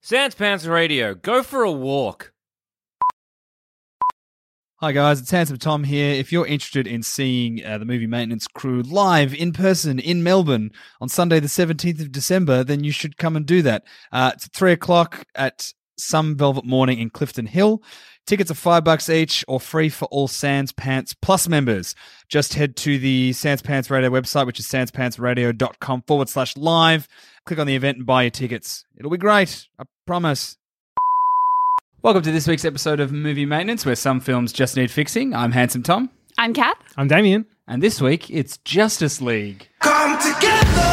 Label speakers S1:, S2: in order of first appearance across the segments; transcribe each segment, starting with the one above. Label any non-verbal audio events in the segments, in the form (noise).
S1: Sans Pants Radio, go for a walk.
S2: Hi guys, it's Handsome Tom here. If you're interested in seeing uh, the movie Maintenance Crew live in person in Melbourne on Sunday, the 17th of December, then you should come and do that. Uh, it's at three o'clock at Some Velvet Morning in Clifton Hill. Tickets are five bucks each or free for all Sans Pants Plus members. Just head to the Sans Pants Radio website, which is sanspantsradio.com forward slash live. Click on the event and buy your tickets. It'll be great. I promise. Welcome to this week's episode of Movie Maintenance, where some films just need fixing. I'm Handsome Tom,
S3: I'm Kat.
S4: I'm Damien.
S2: and this week it's Justice League.
S5: Come together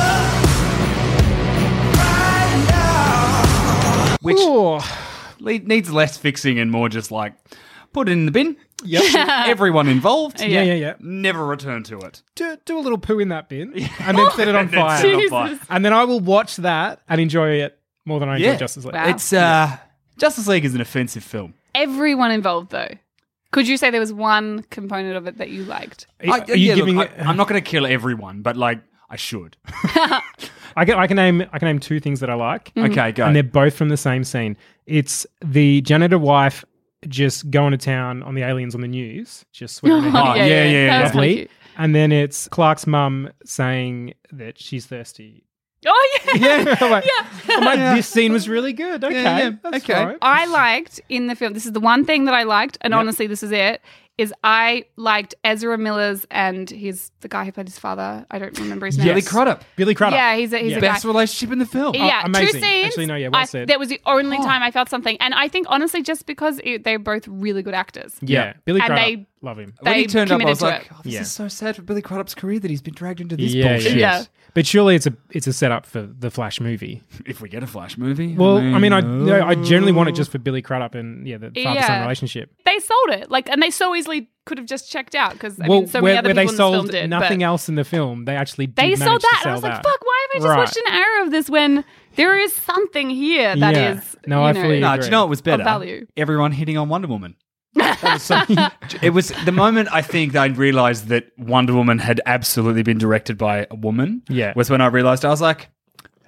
S5: right now.
S2: which le- needs less fixing and more just like put it in the
S4: (laughs)
S2: bin. Yep. Everyone involved.
S4: Yeah, yeah, yeah.
S2: Never return to it.
S4: Do, do a little poo in that bin and then set it on
S2: (laughs) And then set it
S4: fire.
S2: on
S4: (laughs)
S2: fire.
S4: And then I will watch that and enjoy it more than I enjoy
S2: Yeah.
S4: Justice League.
S3: Wow.
S2: It's uh, Justice League is an offensive film.
S3: Everyone involved, though. Could you say there was one component of it that you liked?
S4: Are you
S2: yeah,
S4: giving
S2: look,
S4: it?
S2: I, am not going to kill everyone, but like I
S4: (laughs)
S2: should.
S4: I can, I can name I can name two things that I like,
S2: Okay, go.
S4: Mm. and they're both from the same scene. It's the janitor wife just going to town on the aliens on the news, just swearing. at
S2: Oh,
S4: him.
S2: yeah, yeah, yeah.
S3: That was
S4: Lovely.
S3: kinda cute.
S4: And then it's Clark's mum saying that she's thirsty.
S2: (laughs)
S3: Oh yeah.
S4: Yeah, (laughs) I'm like, I'm like, this scene was really good. Okay,
S2: yeah,
S4: that's
S2: okay.
S4: right.
S3: I liked in the film. This is the one thing that I liked, and honestly, this is it. Is I liked Ezra Miller's and his the guy who played his father. I don't remember his name.
S2: Billy Crudup,
S4: Billy Crudup.
S3: Yeah, he's a he's a guy.
S2: best relationship in the film.
S3: yeah, two
S4: Oh, amazing.
S3: scenes.
S4: Actually, no, yeah, well
S3: I-
S4: said. Oh.
S3: That was the only time I felt something, and I think honestly, just because it, they're both really good actors.
S4: yeah.
S2: Yeah.
S4: Billy
S3: And
S4: Crudup.
S3: they-
S4: Love him.
S2: when he
S3: they
S2: turned up, I
S3: committed
S2: was
S3: to
S2: like,
S3: it.
S2: oh, "This
S4: Yeah.
S2: is so sad for Billy Crudup's career that he's been dragged into this
S4: yeah,
S2: bullshit."
S3: Yeah.
S4: But surely it's a it's a setup for the Flash movie.
S2: If we get a Flash movie,
S4: Well, I mean, I no, I generally want it just for Billy Crudup and yeah, the father son
S3: Yeah.
S4: relationship.
S3: They sold it, like, and they so easily could have just checked out because I mean, so many
S4: where,
S3: other
S4: where they
S3: people in this film
S4: sold
S3: did.
S4: nothing
S3: but-
S4: else in the film, they actually did
S3: They
S4: manage
S3: sold that,
S4: To sell
S3: and I was like,
S4: that.
S3: "Fuck! Why have I just
S4: Right.
S3: watched an hour of this when there is something here that is
S4: Yeah. No,
S3: you
S4: I
S3: know,
S4: fully
S2: No,
S4: agree.
S2: oh. do you know what was better?
S3: value.
S2: Everyone hitting on Wonder
S3: (laughs)
S2: Woman. it was the moment I think that I realized that Wonder Woman had absolutely been directed by a woman.
S4: Yeah.
S2: Was when I realized I was like,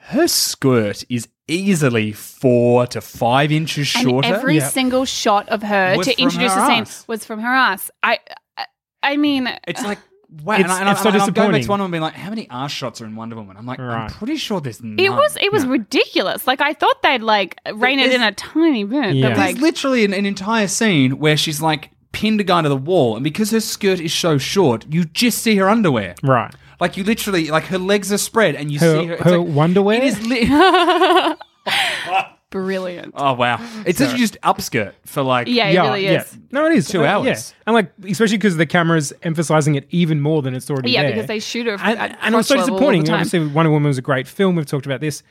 S2: her skirt is easily four to five inches
S3: And
S2: shorter.
S3: every
S4: Yeah.
S3: single shot of her
S2: Was
S3: to
S2: from
S3: introduce
S2: her
S3: the scene
S2: ass.
S3: was from her ass. I, I, I mean,
S2: it's like, wow.
S4: It's-
S2: and I, and I-
S4: it's so
S2: and I'm going back
S4: disappointing.
S2: to Wonder Woman being like, how many ass shots are in Wonder Woman? I'm like, I'm
S4: Right.
S2: pretty sure there's none.
S3: it was it was ridiculous. Like I thought they'd like rein it
S2: There's-
S3: in a tiny bit,
S4: Yeah.
S3: but
S2: There's
S3: like
S2: literally an, an entire scene where she's like pinned a guy to the wall, and because her skirt is so short, you just see her underwear.
S4: Right.
S2: Like you literally, like her legs are spread, and you
S4: Her-
S2: see her. it's
S4: her
S2: like-
S4: wonderwear?
S2: It is. Li-
S3: (laughs) brilliant.
S2: oh wow! It's literally just upskirt for like.
S3: yeah, it really is.
S4: No, it is
S2: Two
S4: Uh, yeah.
S2: hours.
S4: and like especially because the camera's emphasizing it even more than it's already.
S3: Yeah,
S4: there.
S3: because they shoot her from
S4: And,
S3: like
S4: and, and it was so
S3: crotch level all the
S4: disappointing.
S3: time.
S4: Obviously, Wonder Woman was a great film. We've talked about this,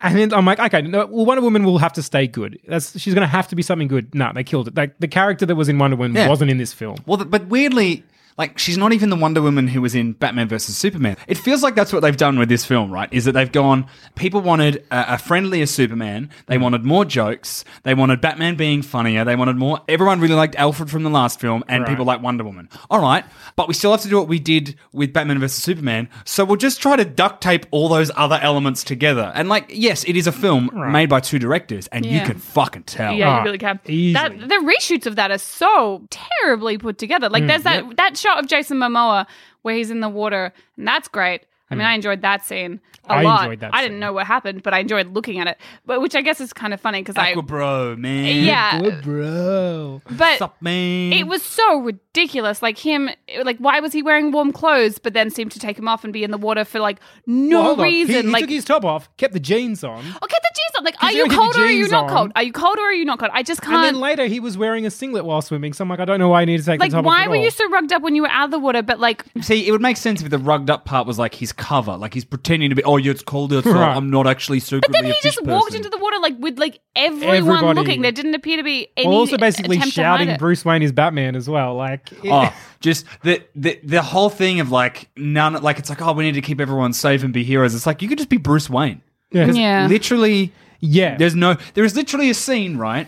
S4: and then I'm like, okay, no, well, Wonder Woman will have to stay good. That's she's going to have to be something good. No, they killed it. Like the character that was in Wonder Woman
S2: Yeah.
S4: wasn't in this film.
S2: Well, th- but weirdly, like she's not even the Wonder Woman who was in Batman versus Superman. It feels like that's what they've done with this film, right? Is that they've gone. People wanted a, a friendlier Superman. They wanted more jokes. They wanted Batman being funnier. They wanted more. Everyone really liked Alfred from the last film, and people like Wonder Woman. All right, but we still have to do what we did with Batman versus Superman. So we'll just try to duct tape all those other elements together. And like, yes, it is a film made by two directors, and you
S3: Yeah.
S2: can fucking tell.
S3: Yeah,
S4: Ah,
S3: you really can.
S4: easily.
S3: That, the reshoots of that are so
S4: Mm,
S3: terribly put together. Like there's that that shot of Jason Momoa where he's in the water, and that's great. I mean, I enjoyed that scene a
S4: Mm. I
S3: lot.
S4: enjoyed that
S3: I didn't
S4: scene.
S3: know what happened, but I enjoyed looking at it. But which I guess is kind of funny because I,
S2: Aqua bro, man.
S3: yeah,
S4: Good bro.
S3: but
S2: Sup, man.
S3: it was so ridiculous. Like him, like why was he wearing warm clothes, but then seemed to take him off and be in the water for like
S4: Well,
S3: no
S4: hold on. He-
S3: reason.
S4: He,
S3: like
S4: took his top off, kept the jeans on,
S3: okay, the jeans on. Like, are
S4: He's
S3: you
S4: only
S3: cold
S4: the
S3: or are you
S4: jeans
S3: not
S4: on.
S3: cold? Are you cold or are you not cold? I just
S4: and
S3: can't.
S4: then later he was wearing a singlet while swimming. So I'm like, I don't know why I need to take
S3: like,
S4: the top off.
S3: why
S4: at
S3: were you
S4: all.
S3: so rugged up when you were out of the water? But like,
S2: See, it would make sense if the rugged up part was like his cover, like he's pretending to be. Oh, yeah, it's cold outside.
S4: Right.
S2: I'm not actually super.
S3: but then he just walked into the water like with like everyone
S4: Everybody.
S3: looking. There didn't appear to be any.
S4: Well, also basically
S3: attempt to hide
S4: shouting
S3: it.
S4: Bruce Wayne is Batman as well. Like, it- (laughs)
S2: Oh, just the, the the whole thing of like none. Like it's like oh, we need to keep everyone safe and be heroes. It's like you could just be Bruce Wayne.
S4: yeah.
S3: Yeah.
S2: Literally,
S4: Yeah.
S2: There's no. There is literally a scene right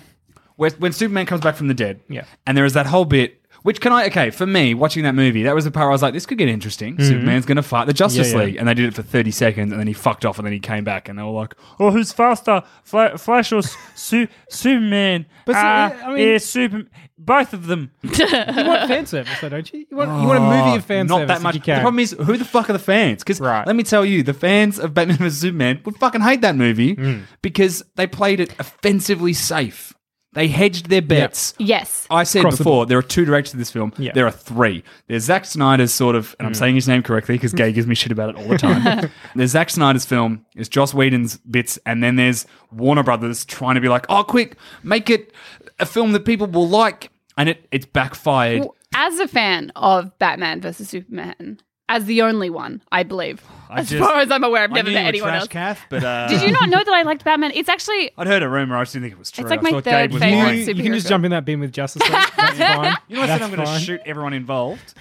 S2: where when Superman comes back from the dead.
S4: Yeah.
S2: And there is that whole bit. Which can I okay for me watching that movie? That was the part where I was like, "This could get interesting." Superman's going to fight the Justice
S4: Mm-hmm. Yeah, yeah.
S2: League, and they did it for thirty seconds, and then he fucked off, and then he came back, and they were like, "Oh, who's faster, Fla- Flash or S- Su- Superman?"
S4: But so,
S2: Ah,
S4: I mean-
S2: yeah, Super, both of
S3: (laughs)
S2: them. Oh,
S4: you want fan service, though, don't you? You want, you want a movie of fan
S2: Not
S4: service.
S2: that
S4: if
S2: much.
S4: You can.
S2: The problem is, who the fuck are the fans? Because
S4: Right.
S2: let me tell you, the fans of Batman vs Superman would fucking hate that movie
S4: Hmm.
S2: because they played it offensively safe. They hedged their bets.
S3: Yes.
S2: I said
S4: Across the
S2: before, there are two directors of this film.
S4: Yeah. Hmm.
S2: There are three. There's Zack Snyder's sort of, and I'm saying his name correctly because Gay gives me shit about it all the time. there's Zack Snyder's film, there's Joss Whedon's bits, and then there's Warner Brothers trying to be like, oh, quick, make it a film that people will like. And it, it's backfired.
S3: Well, as a fan of Batman versus Superman, as the only one, I believe.
S2: I
S3: as
S2: just-
S3: far as I'm aware, I've never
S2: I knew you
S3: met
S2: were
S3: anyone
S2: trash
S3: else.
S2: Kath, but uh,
S3: Did you not know that I liked Batman? It's actually
S2: (laughs) I'd heard a rumor. I just didn't think it was true.
S3: It's like
S2: I
S3: my
S2: thought
S3: third
S2: Gabe was
S4: You,
S3: favourite
S2: lying.
S3: superhero
S4: you can just
S3: film.
S4: jump in that bin with
S3: (laughs)
S4: Justice League. That's fine.
S2: You know, I said
S4: That's
S2: I'm going to
S4: fine.
S2: shoot everyone involved.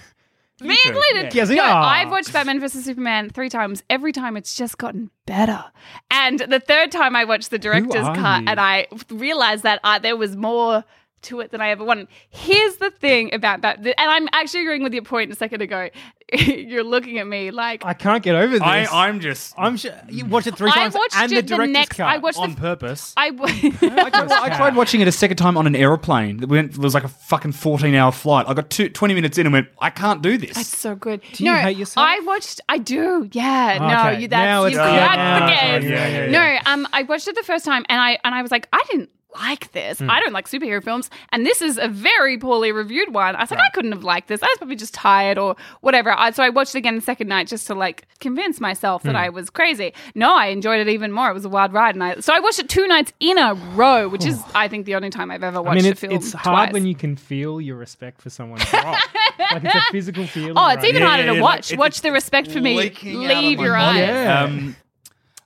S3: me included.
S4: Yes, we
S3: No,
S4: are.
S3: I've watched Batman versus Superman three times. Every time, it's just gotten better. And the third time, I watched the director's
S4: are
S3: cut,
S4: you?
S3: and I realized that uh, there was more to it than I ever wanted. Here's the thing about that, and I'm actually agreeing with your point a second ago. (laughs) You're looking at me like
S4: I can't get over
S2: (laughs)
S4: this.
S2: I, I'm just
S4: I'm sure you watched it three
S3: I
S4: times
S3: watched
S4: and the
S3: it the
S4: director's
S3: next-
S4: cut.
S3: I watched-
S2: on
S4: (laughs)
S2: purpose.
S3: I w-
S2: I, I tried watching it a second time on an aeroplane. That went, it was like a fucking 14 hour flight. I got two, 20 minutes in and went, I can't do this.
S3: That's so good.
S4: Do you hate yourself? Oh,
S3: I watched. I do. Yeah. No.
S4: Okay,
S3: You,
S4: now
S3: that's
S4: it's
S3: you
S4: clear.
S3: cracked
S4: Now
S3: the
S4: it's clear.
S3: game.
S4: Yeah, yeah,
S3: No. Um. I watched it the first time, and I and I was like, I didn't like this.
S4: Hmm.
S3: I don't like superhero films, and this is a very poorly reviewed one. I was like, I couldn't have liked this. I was probably just tired or whatever. I, so I watched it again the second night just to like convince myself
S4: Hmm.
S3: that I was crazy. No, I enjoyed it even more. It was a wild ride, and I so I watched it two nights in a row, which is I think the only time I've ever
S4: I
S3: watched
S4: mean,
S3: a
S4: it's,
S3: film.
S4: it's
S3: twice.
S4: hard when you can feel your respect for someone drop. like
S3: (laughs)
S4: it's a physical feeling.
S3: Oh, it's
S4: right?
S3: even
S2: Yeah,
S3: harder
S2: yeah,
S3: to
S2: yeah,
S3: watch.
S2: like, it-
S3: watch the respect for me.
S2: leaking out of
S3: Leave
S2: my
S3: your eyes.
S2: body.
S4: Yeah.
S2: Um,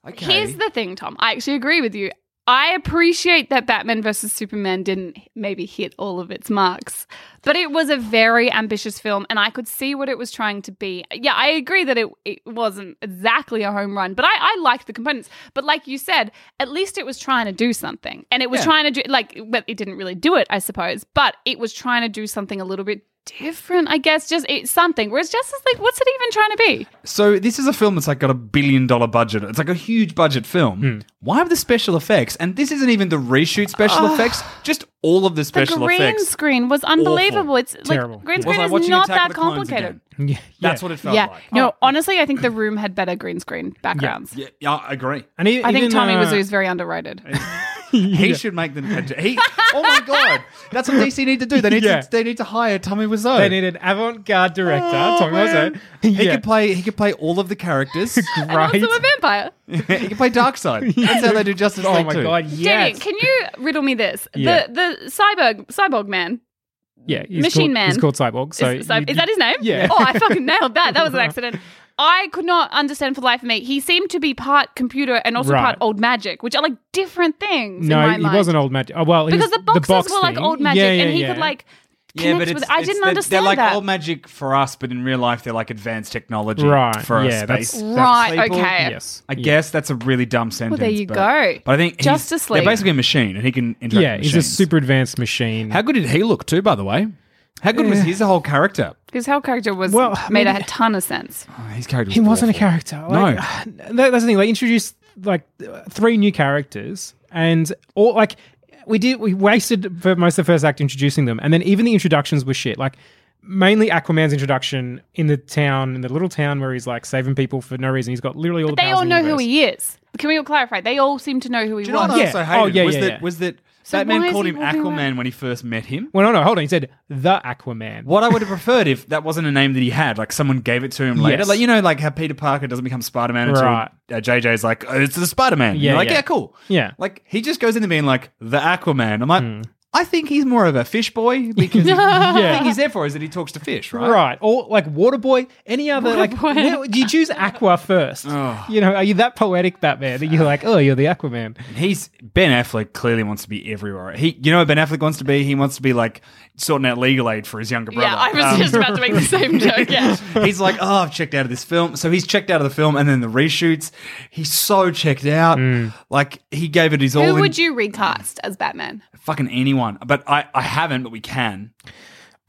S2: okay.
S3: Here's the thing, Tom. I actually agree with you. I appreciate that Batman versus Superman didn't maybe hit all of its marks, but it was a very ambitious film, and I could see what it was trying to be. Yeah, I agree that it, it wasn't exactly a home run, but I, I liked the components. But like you said, at least it was trying to do something, and it was trying to do like, but it didn't really do it, I suppose. But it was trying to do something a little bit different, I guess. Just it's something. Whereas Justice League, what's it even trying to be?
S2: So this is a film that's like got a billion dollar budget. It's like a huge budget film.
S4: Hmm.
S2: Why have the special effects? And this isn't even the reshoot special effects. Just all of the
S3: The
S2: special
S3: green
S2: effects.
S3: screen was unbelievable. It's
S4: Terrible.
S3: like green
S2: Was
S3: screen
S2: I
S3: is
S2: watching
S3: not
S2: Attack
S3: that
S2: of the Clones
S3: complicated.
S2: again?
S4: Yeah,
S2: That's
S4: yeah.
S2: what it felt
S3: Yeah.
S2: like. Oh,
S3: No, honestly, I think the room had better green screen backgrounds.
S2: Yeah, yeah, I agree.
S4: And e-
S3: I think
S4: even,
S3: Tommy
S4: uh, (laughs)
S3: Wiseau is very underrated.
S2: He should make the he. Oh my god, that's what DC need to do. They need
S4: Yeah.
S2: to they need to hire Tommy Wiseau.
S4: They need an avant-garde director.
S2: Oh,
S4: Tommy
S2: man.
S4: Wiseau.
S2: He
S4: Yeah.
S2: could play. He could play all of the
S4: (laughs)
S2: characters.
S3: And also a vampire.
S2: he could play Darkseid. That's how they do Justice
S4: Oh
S2: League
S4: my
S2: too.
S4: god!
S3: Damien,
S4: Yes.
S3: can you riddle me this?
S4: Yeah.
S3: The the cyborg cyborg man.
S4: yeah. He's
S3: Machine
S4: called,
S3: Man.
S4: He's called Cyborg.
S3: Is,
S4: So
S3: cy-
S4: you-
S3: is that his name?
S4: Yeah.
S3: Oh, I
S2: (laughs)
S3: fucking nailed that. That was an accident. I could not understand for the life of me. He seemed to be part computer and also
S4: Right.
S3: part old magic, which are like different things.
S4: No,
S3: in my
S4: he
S3: mind.
S4: wasn't old magic. Oh well, he
S3: because
S4: was
S3: the boxes
S4: box
S3: were like
S4: thing.
S3: old magic,
S4: Yeah, yeah,
S3: and he
S4: yeah.
S3: could like connect with. I didn't
S2: they're-
S3: understand
S2: They're like
S3: that.
S2: old magic for us, but in real life, they're like advanced technology
S4: Right,
S2: for
S4: yeah,
S2: a
S4: that's-
S2: space.
S3: Right.
S2: people.
S3: Okay.
S4: Yes.
S2: I guess that's a really dumb sentence.
S3: there you
S2: but-
S3: go.
S2: But I think he's-
S3: Justice League.
S2: They're basically a machine, and he can interact.
S4: Yeah,
S2: with
S4: he's a
S2: machines.
S4: super advanced machine.
S2: How good did he look too? By the way, how good was his whole character?
S3: His whole character was
S4: Well, I
S3: made
S4: mean-
S3: a ton of sense.
S2: Oh, his character.
S4: he
S2: was
S4: wasn't a
S2: awful.
S4: character. Like, (sighs) that, that's the thing. They introduced like uh, three new characters, and all like we did. We wasted for most of the first act introducing them, and then even the introductions were shit. Like mainly Aquaman's introduction in the town, in the little town where he's like saving people for no reason. He's got literally all
S3: But
S4: the
S3: they
S4: powers
S3: all
S4: in the
S3: know who
S4: universe.
S3: he is. Can we all clarify? They all seem to know who he
S2: Do you know
S3: was.
S2: what I
S4: Yeah.
S2: also hated?
S4: Oh, yeah,
S2: was
S4: yeah,
S2: that
S4: yeah.
S2: was that
S3: So why
S2: Batman
S3: is
S2: called
S3: he
S2: him
S3: walking
S2: Aquaman
S3: around-
S2: when he first met him?
S4: Well, no, no, hold on. He said the Aquaman.
S2: What I would have preferred if that wasn't a name that he had, like someone gave it to him later,
S4: Yes.
S2: like you know, like how Peter Parker doesn't become Spider Man until
S4: Right.
S2: uh, JJ's like, oh, it's the Spider Man.
S4: Yeah,
S2: You're like,
S4: yeah.
S2: yeah. cool.
S4: Yeah. Hmm.
S2: like he just goes into being like the Aquaman. I'm like, I think he's more of a fish boy
S4: (laughs)
S2: because the thing he's there for is that he talks to fish, right?
S4: Right. Or like Waterboy, any other like
S3: Waterboy.
S4: where- you choose Aqua first. You know, are you that poetic Batman that you're like, oh, you're the Aquaman?
S2: He's Ben Affleck clearly wants to be everywhere. He, you know, what Ben Affleck wants to be. He wants to be like sorting out legal aid for his younger brother.
S3: yeah, I was
S2: Um,
S3: just about to make
S2: (laughs)
S3: the same joke. Yeah.
S2: he's like, oh, I've checked out of this film. So he's checked out of the film, and then the reshoots. He's so checked out.
S4: Hmm.
S2: Like he gave it his all.
S3: Who
S2: in-
S3: would you recast as Batman?
S2: Fucking anyone, but I, I haven't. But we can.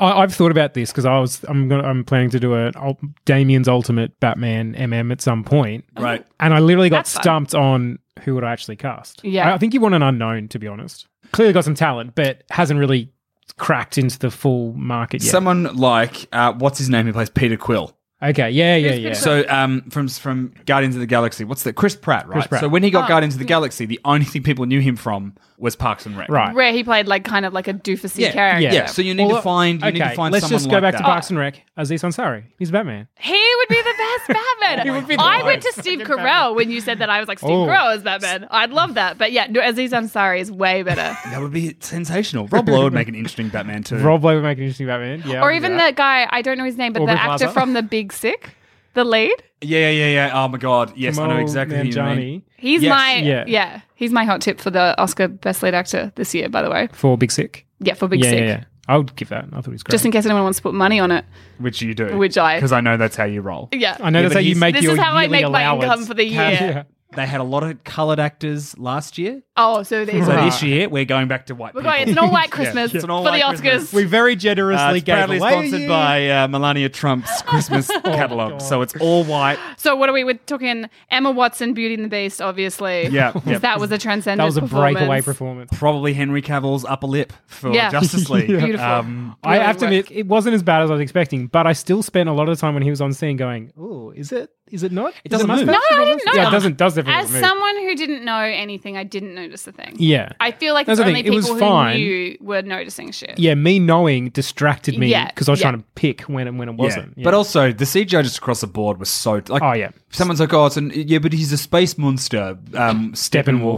S4: I, I've thought about this because I was I'm gonna I'm planning to do a ul- Damien's Ultimate Batman MM at some point,
S3: Oh.
S2: Right.
S4: and I literally got
S3: That's fun.
S4: stumped on who would I actually cast.
S3: Yeah.
S4: I, I think you want an unknown to be honest. Clearly got some talent, but hasn't really cracked into the full market yet.
S2: Someone like uh, what's his name? Who plays Peter Quill?
S4: okay, yeah, yeah, yeah.
S2: So um, from from Guardians of the Galaxy, what's that? Chris Pratt, right?
S4: Chris Pratt.
S2: So when he
S3: Oh,
S2: got Guardians of the Galaxy, the only thing people knew him from was Parks and Rec.
S4: right.
S3: Where he played like kind of like a doofusy
S2: Yeah,
S3: character.
S2: yeah. So you need
S4: Well,
S2: to find. You
S4: okay,
S2: need to find
S4: let's
S2: someone
S4: just go
S2: like
S4: back
S2: that.
S4: to Parks and Rec. Aziz Ansari, he's Batman.
S3: He would be the best (laughs) Batman.
S4: He would be the
S3: I went to
S4: worst
S3: Steve
S4: fucking
S3: Carell
S4: Batman.
S3: when you said that. I was like, Steve
S4: Oh.
S3: Carell is Batman. I'd love that. But yeah, no, Aziz Ansari is way better.
S2: That would be sensational. Rob Lowe would make an interesting Batman too.
S4: Rob Lowe would make an interesting Batman. Yeah,
S3: or
S4: I'll do
S3: even
S4: that.
S3: the guy, I don't know his name, but
S4: Aubrey
S3: the actor
S4: Plaza.
S3: from The Big Sick, the lead.
S2: Yeah, yeah, yeah, yeah. Oh my god. Yes, I know
S4: Kamal
S2: exactly who you mean.
S4: Nanjiani
S3: He's
S2: Yes.
S3: my yeah.
S4: Yeah.
S3: He's my hot tip for the Oscar Best Lead Actor this year, by the way.
S4: for Big Sick.
S3: Yeah, for Big
S4: yeah,
S3: Sick.
S4: yeah, yeah. I would give that. I thought it was great.
S3: Just in case anyone wants to put money on it.
S2: Which you do.
S3: Which I-
S2: Because I know that's how you roll.
S3: Yeah.
S4: I know that's
S2: but
S4: how you
S2: he's-
S4: make
S3: This
S4: your
S3: is how I
S4: yearly
S3: make my
S4: allowance.
S3: income for the year.
S2: They had a lot of coloured actors last year.
S3: Oh, so there's
S2: So
S4: (laughs)
S2: this year we're going back to white
S3: We're
S2: people.
S3: going, it's an all white Christmas
S2: It's an all
S3: for the
S2: white
S3: Oscars.
S2: Christmas.
S4: We very generously
S2: Uh, it's
S4: gave
S2: proudly
S4: away
S2: sponsored by uh, Melania
S3: (laughs)
S2: Trump's Christmas
S3: Oh,
S2: catalogue, so it's all white.
S3: So what are we? We're talking Emma Watson, Beauty and the Beast, obviously.
S2: (laughs) Yeah,
S3: 'Cause
S2: yeah.
S3: that was a transcendent.
S4: That was a breakaway
S3: performance.
S4: performance.
S2: Probably Henry Cavill's upper lip for (laughs)
S3: Yeah.
S2: Justice League.
S3: Beautiful.
S2: Um,
S4: I have to
S3: work.
S4: admit, it wasn't as bad as I was expecting, but I still spent a lot of time when he was on scene going, "Oh, is it? Is it not? It
S2: doesn't move.
S3: No, I didn't know.
S4: Yeah,
S3: that.
S4: it doesn't. Does definitely
S3: As
S4: move.
S3: someone who didn't know anything, I didn't notice a thing.
S4: yeah,
S3: I feel like
S4: That's
S3: it's
S4: the
S3: only
S4: thing. It was
S3: people who
S4: fine.
S3: knew were noticing shit.
S4: yeah, me knowing distracted me
S3: Yeah,
S4: because I was
S3: yeah.
S4: trying to pick when and when it
S2: yeah.
S4: wasn't. Yeah.
S2: But also, the CGI just across the board was so like.
S4: Oh, yeah.
S2: Someone's like, oh, it's an, yeah, but he's a space monster, um, Steppenwolf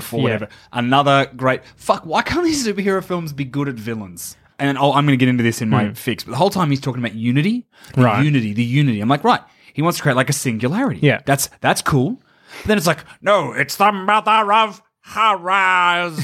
S4: Steppenwolf,
S2: or
S4: yeah.
S2: whatever. Another great fuck. Why can't these superhero films be good at villains? And oh, I'm going to get into this in my fix, but the whole time he's talking about unity, the
S4: Hmm. Right.
S2: unity, the unity. I'm like, right, he wants to create like a singularity.
S4: Yeah.
S2: that's that's cool. But then it's like, no, it's the mother of horrors.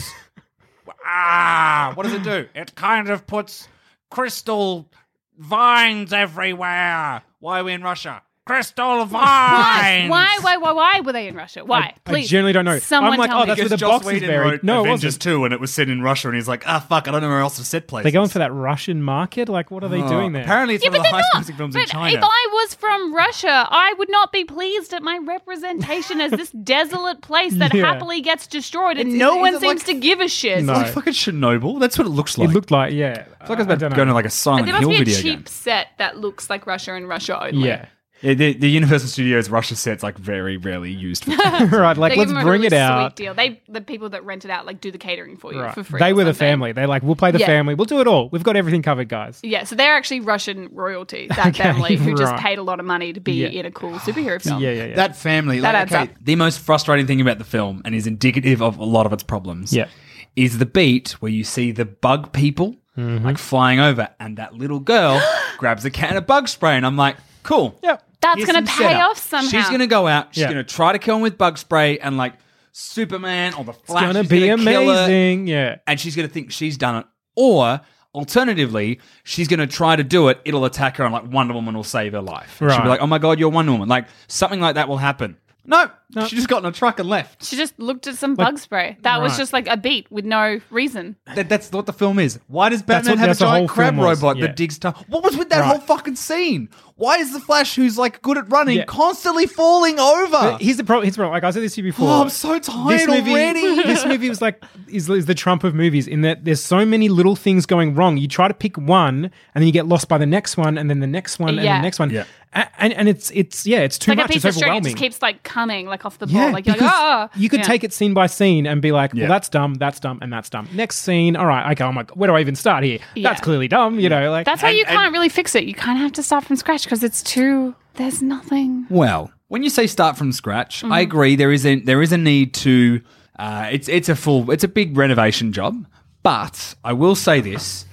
S2: ah, what does it do? It kind of puts crystal vines everywhere. Why are we in Russia? Crystal
S3: Why?
S2: vines.
S3: Why? Why? Why? Why were they in Russia? Why?
S4: I
S3: Please.
S4: generally don't know.
S3: Someone
S4: I'm like,
S3: tell
S4: oh,
S3: me.
S4: that's where the
S2: Joss
S4: box is
S2: Whedon
S4: buried.
S2: wrote
S4: No, it
S2: Avengers
S4: wasn't.
S2: two, and it was set in Russia, and he's like, ah, fuck, I don't know where else to set places. Oh,
S4: They're going for that Russian market. Like, what are they doing there?
S2: Apparently, it's
S3: yeah,
S2: one
S3: but
S2: of the
S3: they're
S2: highest
S3: not.
S2: grossing films in
S3: but
S2: China.
S3: if I was from Russia, I would not be pleased at my representation as this desolate place that
S4: (laughs) Yeah.
S3: happily gets destroyed and
S2: It's-
S3: no
S2: is
S3: one
S2: it
S3: seems
S2: like-
S3: to give a shit.
S4: No.
S2: It's like fucking Chernobyl. That's what it looks
S4: it
S2: like.
S4: looked like yeah.
S2: I feel like I was
S4: don't
S2: about
S4: know.
S2: going to like a
S3: There
S2: Silent
S3: must
S2: Hill
S3: be a
S2: video
S3: cheap
S2: game.
S3: set that looks like Russia and Russia only.
S4: yeah.
S2: Yeah, the, the Universal Studios Russia set's like very rarely
S3: (laughs)
S2: used. For
S4: right, like
S3: They give
S4: let's
S3: them a
S4: bring
S3: really
S4: it
S3: Sweet
S4: out.
S3: deal. They the people that rent it out like do the catering for you
S4: Right.
S3: for free.
S4: They
S3: or
S4: were the
S3: something.
S4: family. They're like, we'll play the
S3: Yeah.
S4: family. We'll do it all. We've got everything covered, guys.
S3: Yeah, so they're actually Russian royalty.
S4: (laughs)
S3: That family who just
S4: right.
S3: paid a lot of money to be
S4: Yeah.
S3: in a cool superhero
S4: Yeah,
S3: film.
S4: yeah, yeah.
S2: That family,
S3: That
S2: like,
S3: adds
S2: okay, the most frustrating thing about the film, and is indicative of a lot of its problems,
S4: Yeah.
S2: is the beat where you see the bug people
S4: Mm-hmm.
S2: like flying over, and that little
S3: (gasps)
S2: girl grabs a can of bug spray, and I'm like, cool,
S4: yeah.
S3: That's
S2: here's
S3: gonna
S2: some
S3: pay
S2: setup.
S3: off somehow.
S2: She's gonna go out. She's
S4: Yeah.
S2: gonna try to kill him with bug spray, and like Superman or the Flash
S4: gonna
S2: is
S4: be
S2: gonna kill her,
S4: amazing. Yeah.
S2: and she's going to think she's done it. Or alternatively, she's going to try to do it. It'll attack her, and like Wonder Woman will save her life. And She'll be
S4: Right.
S2: like, "Oh my god, you're Wonder Woman!" Like something like that will happen. No, she just got in a truck and left.
S3: She just looked at some bug spray. That was
S4: right.
S3: just like a beat with no reason.
S2: That, that's what the film is. Why does Batman
S4: what-
S2: have a
S4: that's the
S2: giant
S4: whole
S2: crab
S4: film was,
S2: robot
S4: yeah.
S2: that digs tunnels? What was with that
S4: Right.
S2: whole fucking scene? Why is the Flash, who's like good at running,
S4: Yeah.
S2: constantly falling over?
S4: But here's the problem. Here's the problem. Like I said this to you before.
S2: Ah. Oh, I'm so tired
S4: this movie,
S2: already.
S4: (laughs) this movie was like is, is the Trump of movies in that there's so many little things going wrong. You try to pick one, and then you get lost by the next one, and then the next one, and
S3: Yeah.
S4: the next one.
S2: Yeah.
S4: A- And and it's it's yeah, it's too
S3: like
S4: much.
S3: a piece of
S4: it's
S3: string, it
S4: overwhelming.
S3: just keeps like coming like off the ball.
S4: yeah,
S3: like you're like,
S4: because
S3: oh.
S4: you could
S3: Yeah.
S4: take it scene by scene and be like, well,
S2: Yeah.
S4: that's dumb, that's dumb, and that's dumb. Next scene, all right, okay, I'm like, where do I even start here? That's
S3: Yeah.
S4: clearly dumb, you know, like
S3: That's why you can't really fix it. You kind of have to start from scratch because it's too. There's nothing.
S2: Well, when you say start from scratch, I agree there is a, there is a need to uh, it's it's a full it's a big renovation job, but I will say this: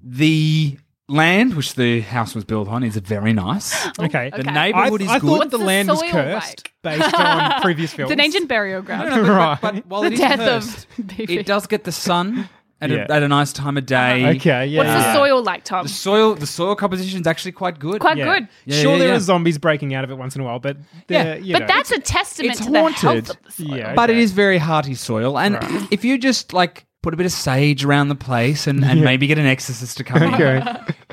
S2: the land which the house was built on is very (gasps) nice.
S4: okay.
S2: The
S3: Okay.
S4: I,
S2: neighborhood is
S4: I
S2: good.
S4: thought the
S3: the
S4: land was
S3: soil
S4: cursed
S3: like?
S4: based
S3: (laughs)
S4: on previous films.
S3: It's
S2: (laughs)
S3: an ancient burial ground.
S4: Right.
S2: But, (laughs) but while
S3: The
S2: it is
S3: death of
S2: cursed,
S3: BB.
S2: it does get the sun at,
S4: Yeah.
S2: a, at a nice time of day.
S4: Okay, yeah.
S3: What's
S4: yeah.
S3: the soil like, Tom?
S2: The soil the soil composition is actually quite good.
S3: Quite
S4: Yeah.
S3: good.
S2: Yeah,
S4: sure,
S2: yeah,
S4: there
S2: yeah.
S4: are zombies breaking out of it once in a while, but
S2: Yeah,
S4: yeah, you
S3: but
S4: know,
S3: that's a testament
S2: it's
S3: to the
S2: haunted.
S3: health of the soil.
S4: Yeah.
S2: but it
S4: (laughs) okay.
S2: is very hearty soil. And if you just like put a bit of sage around the place and, and maybe get an exorcist to
S4: Oh,
S2: come in,
S4: Okay.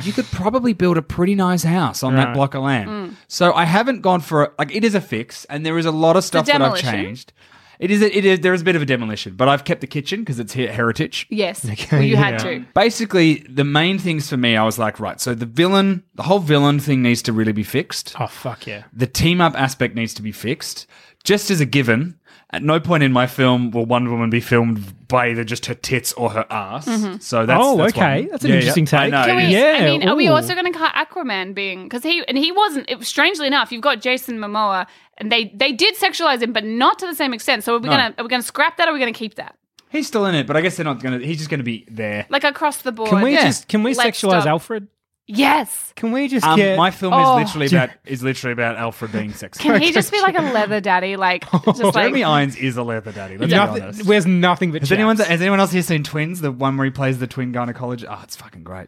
S2: you could probably build a pretty nice house on that
S4: Right.
S2: block of land. So I haven't gone for a, like it is a fix, and there is a lot of stuff that I've
S3: demolition?
S2: changed. It is, a, it is there is a bit of a demolition, but I've kept the kitchen because it's he- heritage.
S4: (laughs)
S3: Yes. well, you had
S4: yeah.
S3: to.
S2: Basically, the main things for me, I was like, right, so the villain, the whole villain thing needs to really be fixed
S4: oh fuck yeah.
S2: the team up aspect needs to be fixed. Just as a given, at no point in my film will Wonder Woman be filmed by either just her tits or her ass. So that's
S4: Oh,
S2: that's
S4: okay.
S2: one.
S4: That's an interesting
S2: I
S4: take.
S2: know,
S3: Can
S2: it
S3: we,
S2: is.
S4: Yeah,
S3: I mean, are we
S4: ooh.
S3: also going to cut Aquaman being because he and he wasn't? It, strangely enough, you've got Jason Momoa, and they they did sexualize him, but not to the same extent. So are we
S2: No.
S3: gonna are we gonna scrap that? or Are we gonna keep that?
S2: He's still in it, but I guess they're not gonna. He's just gonna be there.
S3: Like across the board?
S4: Can we
S2: Yeah.
S4: just can we
S3: Let's
S4: sexualize
S3: stop.
S4: Alfred?
S3: yes.
S4: Can we just
S2: Um,
S4: get
S2: My film
S3: Oh.
S2: is literally about is literally about Alfred
S4: (laughs)
S2: being sexy.
S3: Can he just be like a leather daddy? Like just like uh,
S2: Jeremy Irons is a leather daddy. Let's be honest.
S4: nothing, where's nothing but
S2: has anyone,
S4: chaps.
S2: has anyone else here seen Twins? The one where he plays the twin gynecologist. Oh, it's fucking great.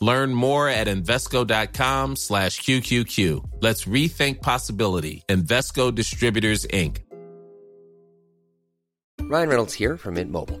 S6: Learn more at Invesco.com slash QQQ. Let's rethink possibility. Invesco Distributors, Inc.
S7: Ryan Reynolds here from Mint Mobile.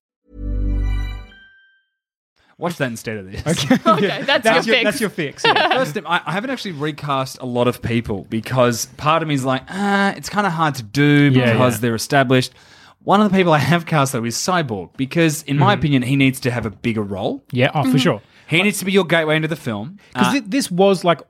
S2: Watch that instead of this. (laughs)
S3: okay, that's,
S4: that's
S3: your
S4: your,
S3: fix.
S4: that's your fix. yeah.
S2: First, I, I haven't actually recast a lot of people because part of me is like, ah, it's kind of hard to do
S4: Yeah,
S2: because
S4: yeah.
S2: they're established. One of the people I have cast though is Cyborg because, in
S4: Hmm.
S2: my opinion, he needs to have a bigger role.
S4: yeah, oh for sure.
S2: He needs to be your gateway into the film.
S4: Because
S2: Uh,
S4: this was like,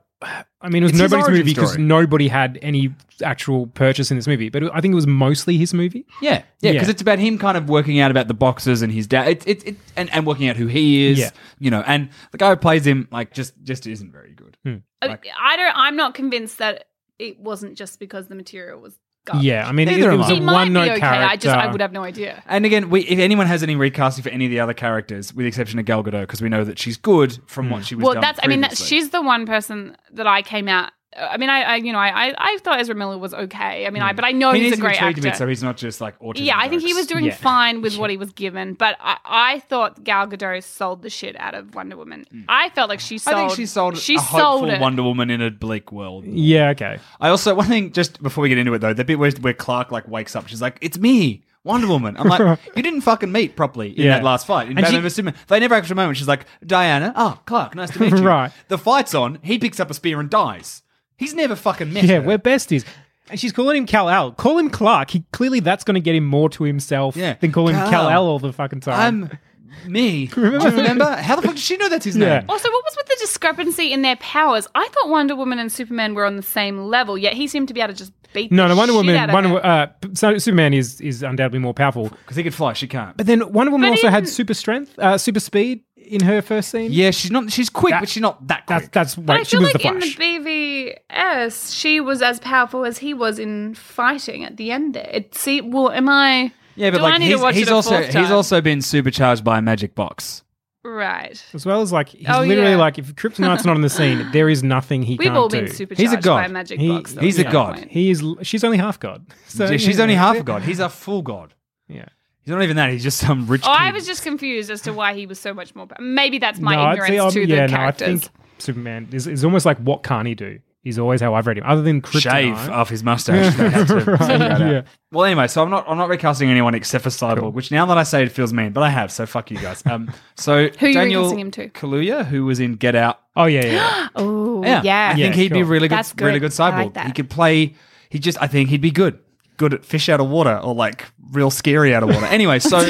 S4: I mean, it was
S2: It's his
S4: nobody's
S2: origin
S4: movie because
S2: story.
S4: nobody had any actual purchase in this movie. But it- I think it was mostly his movie.
S2: yeah, yeah,
S4: Yeah.
S2: because it's about him kind of working out about the boxes and his dad, it's it's it, and and working out who he is.
S4: Yeah.
S2: you know, and the guy who plays him like just just isn't very good.
S4: Hmm.
S3: I- I don't. I'm not convinced that it wasn't just because the material was garbage.
S4: Yeah, I mean, it,
S2: Neither
S4: it
S2: am
S4: was
S2: I.
S3: He
S4: a
S3: might
S4: one
S3: be
S4: note
S3: okay.
S4: character.
S3: I just I would have no idea.
S2: And again, we, if anyone has any recasting for any of the other characters, with the exception of
S4: Hmm.
S2: Gal Gadot, because we know that she's good from what she was.
S3: Well,
S2: done
S3: that's. I mean, that,
S2: previously.
S3: she's the one person that I came out I mean, I, I you know, I, I, I thought Ezra Miller was okay. I mean, I, but I
S2: he
S3: know Oh, he's
S2: needs
S3: a
S2: to be
S3: great
S2: treated
S3: actor.
S2: a bit so he's not just like autism.
S3: yeah, I think he
S2: jokes.
S3: was doing
S2: Yeah.
S3: fine with what he was given, but I, I thought Gal Gadot sold the shit out of Wonder Woman.
S2: Hmm.
S3: I felt like she sold.
S2: I think she sold
S3: She
S2: a
S3: sold
S2: hopeful
S3: it.
S2: Wonder Woman in a bleak world.
S4: Yeah, okay.
S2: I also one thing just before we get into it though, the bit where, where Clark like wakes up, she's like, "It's me, Wonder Woman." I'm (laughs) like, "You didn't fucking meet properly in
S4: Yeah.
S2: that last fight in
S4: And
S2: Batman
S4: she-
S2: vs Superman." They never actually moment. She's like, "Diana, oh Clark, nice to (laughs) meet you."
S4: Right.
S2: The fight's on. He picks up a spear and dies. He's never fucking met.
S4: Yeah,
S2: her.
S4: we're
S2: (laughs)
S4: besties. And she's calling him Cal Al. Call him Clark. He clearly that's going to get him more to himself
S2: Yeah.
S4: than calling him
S2: Kal-El.
S4: Cal Al all the fucking time.
S2: I'm (laughs) me. remember? Do you remember? How the fuck does she know that's his
S4: Yeah.
S2: name?
S3: Also, what was with the discrepancy in their powers? I thought Wonder Woman and Superman were on the same level, yet he seemed to be able to just beat.
S4: no,
S3: the
S4: no, Wonder
S3: shit
S4: Woman.
S3: out of
S4: Wonder,
S3: him.
S4: Wo- uh, p- so- Superman is is undoubtedly more powerful.
S2: Because he could fly, she can't.
S4: But then Wonder Woman
S3: But
S4: also
S3: in-
S4: had super strength, uh, super speed in her first scene.
S2: Yeah, she's not. She's quick,
S4: That-
S2: but she's not that quick.
S4: that's that's
S3: But I
S4: wait, she
S3: feel
S4: was
S3: like
S4: the
S3: in the
S4: Flash.
S3: BVS, she was as powerful as he was in fighting at the end. There, it see. Well, am I?
S2: yeah, but
S3: do I
S2: like
S3: need
S2: he's,
S3: to watch
S2: he's
S3: it a
S2: also
S3: fourth
S2: he's
S3: time?
S2: also been supercharged by a magic box.
S3: right.
S4: as well as like he's
S3: Oh,
S4: literally
S3: yeah.
S4: like if Kryptonite's not on
S3: (laughs)
S4: the scene, there is nothing he
S3: We've
S4: can't
S3: all
S4: do.
S3: been supercharged by
S2: god.
S3: a magic
S4: He-
S3: box. though,
S2: he's
S3: at
S2: a
S3: that
S2: god.
S3: point.
S4: He is. She's only half
S2: (laughs)
S4: god. So
S2: Yeah, she's
S4: yeah.
S2: only half a god. He's a full god.
S4: Yeah.
S2: He's not even that. He's just some rich.
S3: Oh, I
S2: kid.
S3: was just confused as to why he was so much more. pow- Maybe that's my
S4: I'd say,
S3: ignorance
S4: um,
S3: to the characters.
S4: No, I think Superman is, is almost like what can't he do? He's always how I've read him, other than
S2: shave
S4: Kryptonite. (laughs)
S2: off his mustache. They had to figure it out.
S4: yeah.
S2: Well, anyway, so I'm not I'm not recasting anyone except for Cyborg, which now that I say it feels mean, but I have. So fuck you guys. Um, so
S3: Who you
S2: Daniel
S3: recasting him to?
S2: Kaluuya, who was in Get Out.
S4: Oh
S3: (gasps)
S4: yeah, yeah.
S3: oh,
S2: Yeah,
S3: yeah.
S2: I think he'd be
S4: sure.
S2: really good,
S3: That's good.
S2: really good
S3: I
S2: Cyborg.
S3: like that.
S2: He could play. He just I think he'd be good. Good at fish out of water or like real scary out of water. Anyway,
S3: (laughs)
S2: so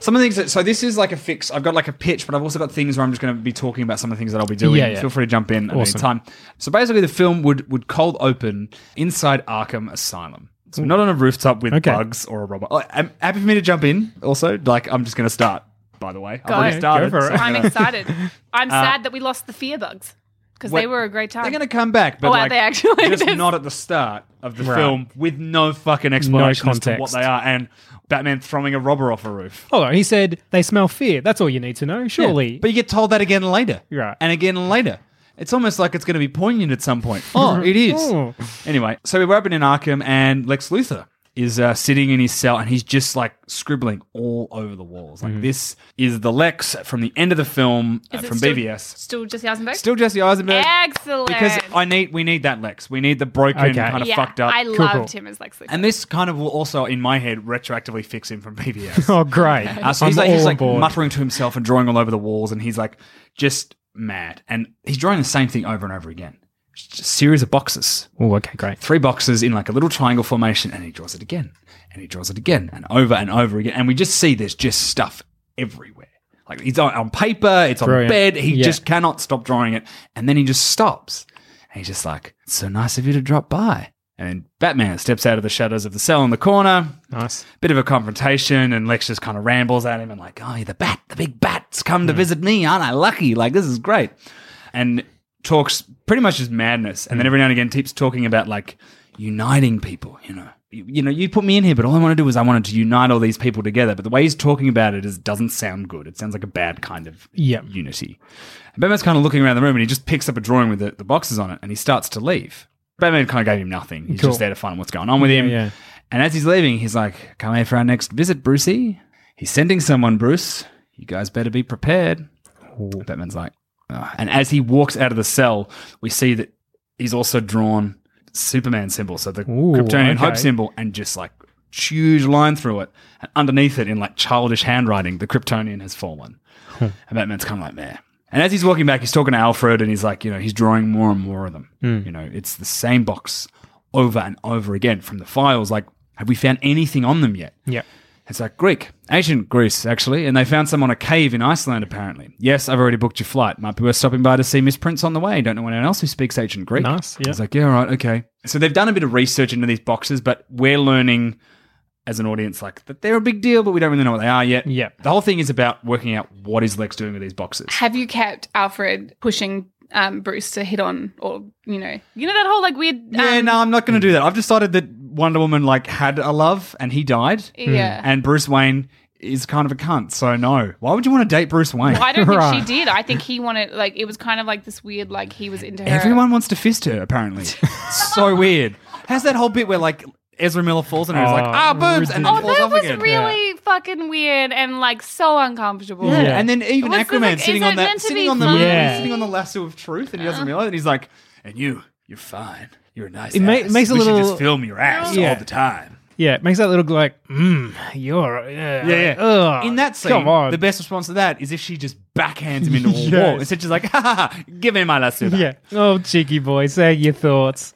S2: some of the things that, so this is like a fix. I've got like a pitch, but I've also got things where I'm just going to be talking about some of the things that I'll be doing.
S4: Yeah, yeah.
S2: Feel free to jump in at
S4: Awesome.
S2: any time. So basically, the film would would cold open inside Arkham Asylum. So we're not on a rooftop with
S4: Okay.
S2: bugs or a robot. Oh, I'm happy for me to jump in. Also, like I'm just going to start. By the way, I've
S3: Go.
S2: already
S3: Go
S2: started.
S4: for
S2: so
S4: it.
S2: I'm
S4: (laughs)
S3: I'm
S2: gonna-
S3: excited.
S4: Uh,
S3: I'm sad that we lost the fear bugs because they
S2: Wait,
S3: were a great time.
S2: They're going to come back, but
S3: Oh, are
S2: like,
S3: they actually?
S2: just
S3: There's-
S2: not at the start of the
S4: Right.
S2: film with no fucking explanation as to what
S4: context.
S2: they are, and Batman throwing a robber off a roof.
S4: Hold on. He said they smell fear. That's all you need to know. Surely.
S2: Yeah, But you get told that again later,
S4: Right.
S2: And again later. It's almost like it's going to be poignant at some point. Oh, (laughs) it is.
S4: Oh. (laughs)
S2: Anyway, so we're up in Arkham, and Lex Luthor is uh, sitting in his cell, and he's just like scribbling all over the walls.
S4: Mm-hmm.
S2: Like this is the Lex from the end of the film uh,
S3: Is it
S2: from
S3: still,
S2: BVS.
S3: Still Jesse Eisenberg.
S2: Still Jesse Eisenberg.
S3: Excellent.
S2: Because I need, we need that Lex. We need the broken,
S4: Okay.
S2: kind of
S3: yeah,
S2: fucked up.
S3: I
S2: Cool,
S3: loved
S2: cool.
S3: him as Lex Luthor.
S2: And this kind of will also, in my head, retroactively fix him from (laughs) PBS.
S4: oh, great.
S2: Uh, so he's
S4: I'm
S2: like, he's
S4: all
S2: like
S4: on board.
S2: muttering to himself and drawing all over the walls, and he's like just mad. And he's drawing the same thing over and over again. It's just a series of boxes.
S4: Oh, okay, great.
S2: Three boxes in like a little triangle formation, and he draws it again. And he draws it again, and over and over again. And we just see there's just stuff everywhere. Like it's on, on paper, it's
S4: Brilliant.
S2: on bed. He
S4: Yeah.
S2: just cannot stop drawing it. And then he just stops. And he's just like, so nice of you to drop by. And then Batman steps out of the shadows of the cell in the corner,
S4: Nice.
S2: bit of a confrontation, and Lex just kind of rambles at him and like, oh, the bat, the big bat's come
S4: Hmm.
S2: to visit me, aren't I lucky? Like this is great, and talks pretty much just madness,
S4: Hmm.
S2: and then every now and again keeps talking about like uniting people, you know. You, you know, you put me in here, but all I want to do is I wanted to unite all these people together. But the way he's talking about it is doesn't sound good. It sounds like a bad kind of
S4: Yeah.
S2: unity. And Batman's kind of looking around the room and he just picks up a drawing with the, the boxes on it and he starts to leave. Batman kind of gave him nothing. He's
S4: Cool.
S2: just there to find what's going on with him.
S4: yeah.
S2: And as he's leaving, he's like, Come here for our next visit, Brucey. He's sending someone, Bruce. You guys better be prepared. Batman's like, "Ah." And as he walks out of the cell, we see that he's also drawn Superman symbol. So the
S4: Ooh,
S2: Kryptonian hope
S4: okay.
S2: symbol and just like huge line through it. And underneath it, in like childish handwriting, the Kryptonian has fallen. And Batman's kind of like, man. And as he's walking back, he's talking to Alfred and he's like, you know, he's drawing more and more of them.
S4: Hmm.
S2: You know, it's the same box over and over again from the files. Like, have we found anything on them yet?
S4: Yeah.
S2: It's like Greek, ancient Greece, actually, and they found some on a cave in Iceland, apparently. Yes, I've already booked your flight. Might be worth stopping by to see Miss Prince on the way. Don't know anyone else who speaks ancient Greek.
S4: Nice, yeah.
S2: It's like, yeah, all right, okay. So they've done a bit of research into these boxes, but we're learning as an audience, like, that they're a big deal, but we don't really know what they are yet.
S4: Yeah.
S2: The whole thing is about working out what is Lex doing with these boxes.
S3: Have you kept Alfred pushing um, Bruce to hit on, or you know, you know that whole like weird?
S2: Yeah,
S3: um, (laughs)
S2: no, I'm not going to do that. I've decided that Wonder Woman like had a love and he died,
S3: Yeah.
S2: and Bruce Wayne is kind of a cunt. So no, why would you want to date Bruce Wayne?
S3: I
S2: (laughs)
S3: don't think she did. I think he wanted like it was kind of like this weird like he was into her.
S2: Everyone wants to fist her. Apparently,
S3: (laughs)
S2: so weird. How's that whole bit where like Ezra Miller falls on her? He's like,
S4: Oh,
S2: ah, boobs, and then
S3: Oh,
S2: falls
S3: that
S2: off
S3: was
S2: again.
S3: really fucking weird and like so uncomfortable.
S2: Yeah. and then even
S3: What's the,
S2: Aquaman
S3: like,
S2: sitting
S3: is
S2: on
S3: it
S2: that,
S3: meant to
S2: sitting
S3: be
S2: on the
S3: funny?
S2: sitting on the lasso of truth, and he doesn't realize, it. and he's like, "And you, you're fine. You're a nice.
S4: It ma-
S2: ass.
S4: makes a
S2: we should
S4: little-
S2: just film your ass
S4: Yeah.
S2: all the time."
S4: Yeah, it makes that little like, mmm, you're yeah,
S2: Yeah, yeah.
S4: ugh,
S2: In that scene,
S4: Come on.
S2: the best response to that is if she just backhands him
S4: (laughs)
S2: into a wall.
S4: Yes.
S2: Instead, she's like, "Ha ha, ha give me my lasso." back."
S4: (laughs) yeah. Oh, cheeky boy, say your thoughts.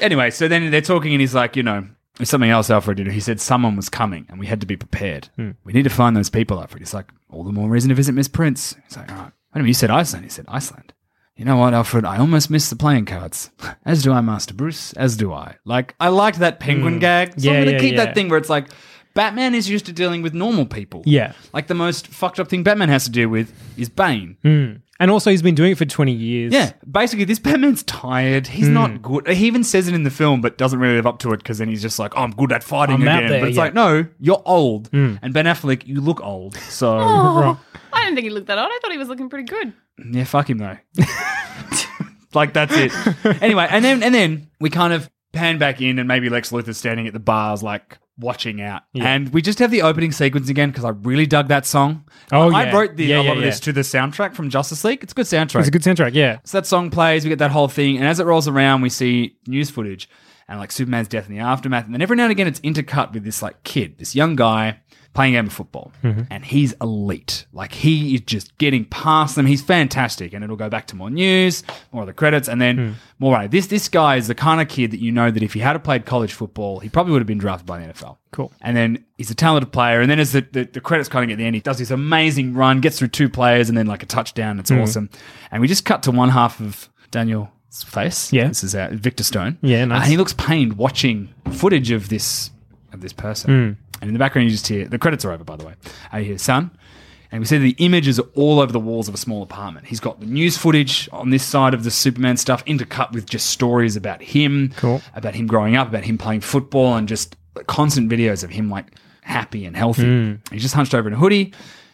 S2: Anyway, so then they're talking, and he's like, you know, there's something else Alfred did. He said someone was coming, and we had to be prepared.
S4: Hmm.
S2: We need to find those people, Alfred. He's like, all the more reason to visit Miss Prince. He's like, all right. Wait a minute, you said Iceland. He said, Iceland. You know what, Alfred? I almost missed the playing cards. (laughs) As do I, Master Bruce. As do I. Like, I liked that penguin
S4: Hmm.
S2: gag. So
S4: Yeah,
S2: I'm going to
S4: yeah,
S2: keep
S4: yeah.
S2: that thing where it's like, Batman is used to dealing with normal people.
S4: Yeah.
S2: Like, the most fucked up thing Batman has to deal with is Bane.
S4: Mm. And also, he's been doing it for twenty years.
S2: Yeah, basically, this Batman's tired. He's
S4: Hmm.
S2: not good. He even says it in the film, but doesn't really live up to it because then he's just like, "Oh, "I'm good at fighting
S4: I'm out
S2: again."
S4: there,
S2: but it's
S4: yeah. Hmm.
S2: like, no, you're old, and Ben Affleck, you look old. So
S3: Oh, I didn't think he looked that old. I thought he was looking pretty good.
S2: yeah, fuck him though. (laughs) like that's it. anyway, and then and then we kind of pan back in, and maybe Lex Luthor's standing at the bars, like watching out,
S4: Yeah.
S2: and we just have the opening sequence again because I really dug that song.
S4: Oh,
S2: I, I
S4: yeah.
S2: wrote the,
S4: Yeah,
S2: a lot
S4: yeah,
S2: of this
S4: yeah.
S2: to the soundtrack from Justice League. It's a good soundtrack.
S4: It's a good soundtrack. Yeah.
S2: So that song plays, we get that whole thing, and as it rolls around, we see news footage and like Superman's death in the aftermath. And then every now and again, it's intercut with this like kid, this young guy playing a game of football, and he's elite. Like he is just getting past them. He's fantastic, and it'll go back to more news, more of the credits, and
S4: Hmm.
S2: then more. Right, this this guy is the kind of kid that you know that if he had played college football, he probably would have been drafted by the NFL.
S4: Cool.
S2: And then he's a talented player. And then as the, the, the credits kind of get the end, he does this amazing run, gets through two players, and then like a touchdown.
S4: Hmm.
S2: It's awesome. And we just cut to one half of Daniel's face.
S4: Yeah.
S2: This is uh, Victor Stone.
S4: Yeah, nice.
S2: And he looks pained watching footage of this of this person.
S4: Hmm.
S2: And in the background, you just hear the credits are over, by the way. And you hear son. And we see the images are all over the walls of a small apartment. He's got the news footage on this side of the Superman stuff, intercut with just stories about him,
S4: Cool.
S2: about him growing up, about him playing football, and just constant videos of him like happy and healthy.
S4: Hmm.
S2: He's just hunched over in a hoodie,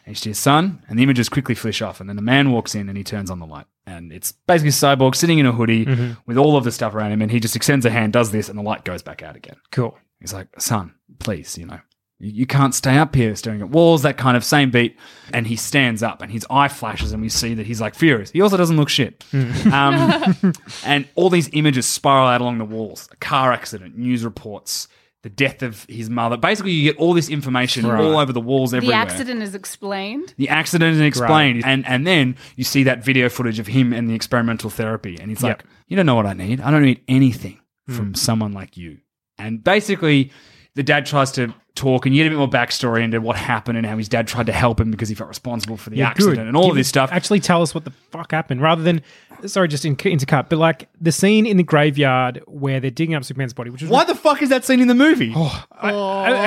S2: and you see his son, and the images quickly flish off. And then the man walks in and he turns on the light. And it's basically Cyborg sitting in a hoodie with all of the stuff around him, and he just extends a hand, does this, and the light goes back out again.
S4: Cool.
S2: He's like, son, please, you know, you, you can't stay up here staring at walls, that kind of same beat. And he stands up and his eye flashes and we see that he's like furious. He also doesn't look shit. Um, and all these images spiral out along the walls a car accident, news reports, the death of his mother. Basically, you get all this information all over the walls everywhere.
S3: The accident is explained.
S2: The accident is explained, and and then you see that video footage of him and the experimental therapy, and he's like,
S4: Yep. Hmm.
S2: "You don't know what I need. I don't need anything from someone like you." And basically, the dad tries to talk and you get a bit more backstory into what happened and how his dad tried to help him because he felt responsible for the
S4: Yeah,
S2: accident
S4: good.
S2: and all
S4: Give
S2: of this
S4: us-
S2: stuff.
S4: Actually, tell us what the fuck happened, rather than sorry, just in, intercut. But like the scene in the graveyard where they're digging up Superman's body, which is
S2: Why the fuck is that scene in the movie?
S4: I- I-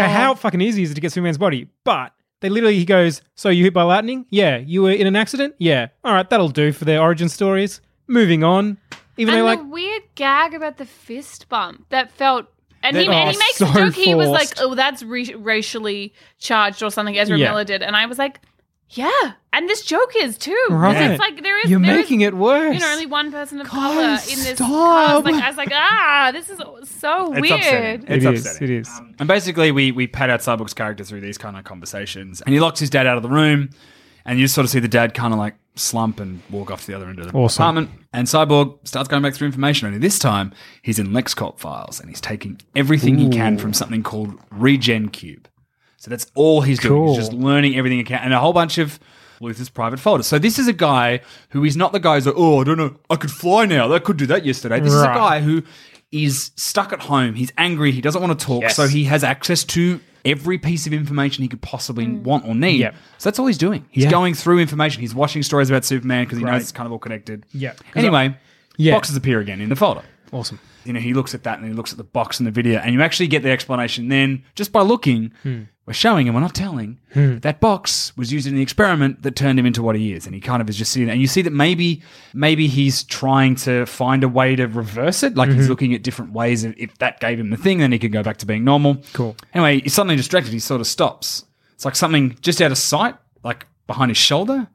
S4: I- how fucking easy is it to get Superman's body? But they literally he goes, so you hit by lightning? Yeah. You were in an accident? Yeah. All right, that'll do for their origin stories. Moving on. Even
S3: And
S4: though
S3: the
S4: like
S3: weird gag about the fist bump that felt. And he,
S4: That-
S3: and he
S4: Oh,
S3: makes
S4: so
S3: the joke. He was like,
S4: forced.
S3: "Oh, that's re- racially charged or something." Ezra
S4: Yeah.
S3: Miller did, and I was like, "Yeah." And this joke is too. 'Cause
S4: Right.
S3: It's like there is.
S4: You're
S3: there is-
S4: making it worse.
S3: You know, only one person of
S4: Guys,
S3: color in this.
S4: stop.
S3: cast. Like, I was like, "Ah, this is so
S2: It's
S3: weird."
S2: upsetting.
S4: It
S2: It's
S4: is,
S2: upsetting.
S4: it is.
S2: Um, and basically, we we pad out Cyborg's character through these kind of conversations, and he locks his dad out of the room, and you sort of see the dad kind of like slump and walk off to the other end of the
S4: Awesome.
S2: apartment. And Cyborg starts going back through information. Only this time, he's in LexCorp files, and he's taking everything he can from something called Regen Cube. So that's all he's doing. He's
S4: Cool.
S2: just learning everything he can, and a whole bunch of Luther's private folders. So this is a guy who is not the guy who's like, oh, I don't know, I could fly now. That could do that yesterday. This is a
S4: Right.
S2: guy who is stuck at home. He's angry. He doesn't want to talk.
S4: Yes.
S2: So he has access to every piece of information he could possibly want or need.
S4: Yep.
S2: So that's all he's doing. He's
S4: Mm. Yeah.
S2: going through information. He's watching stories about Superman because he
S4: Right.
S2: knows it's kind of all connected.
S4: Yeah.
S2: Anyway,
S4: Yeah.
S2: boxes appear again in the folder
S4: awesome.
S2: you know, he looks at that and he looks at the box and the video, and you actually get the explanation then just by looking. We're showing and we're not telling. that That box was used in the experiment that turned him into what he is, and he kind of is just sitting. there. And you see that maybe, maybe he's trying to find a way to reverse it. Like he's looking at different ways. Of, if that gave him the thing, then he could go back to being normal.
S4: Cool.
S2: Anyway, he's suddenly distracted. He sort of stops, It's like something just out of sight, like behind his shoulder,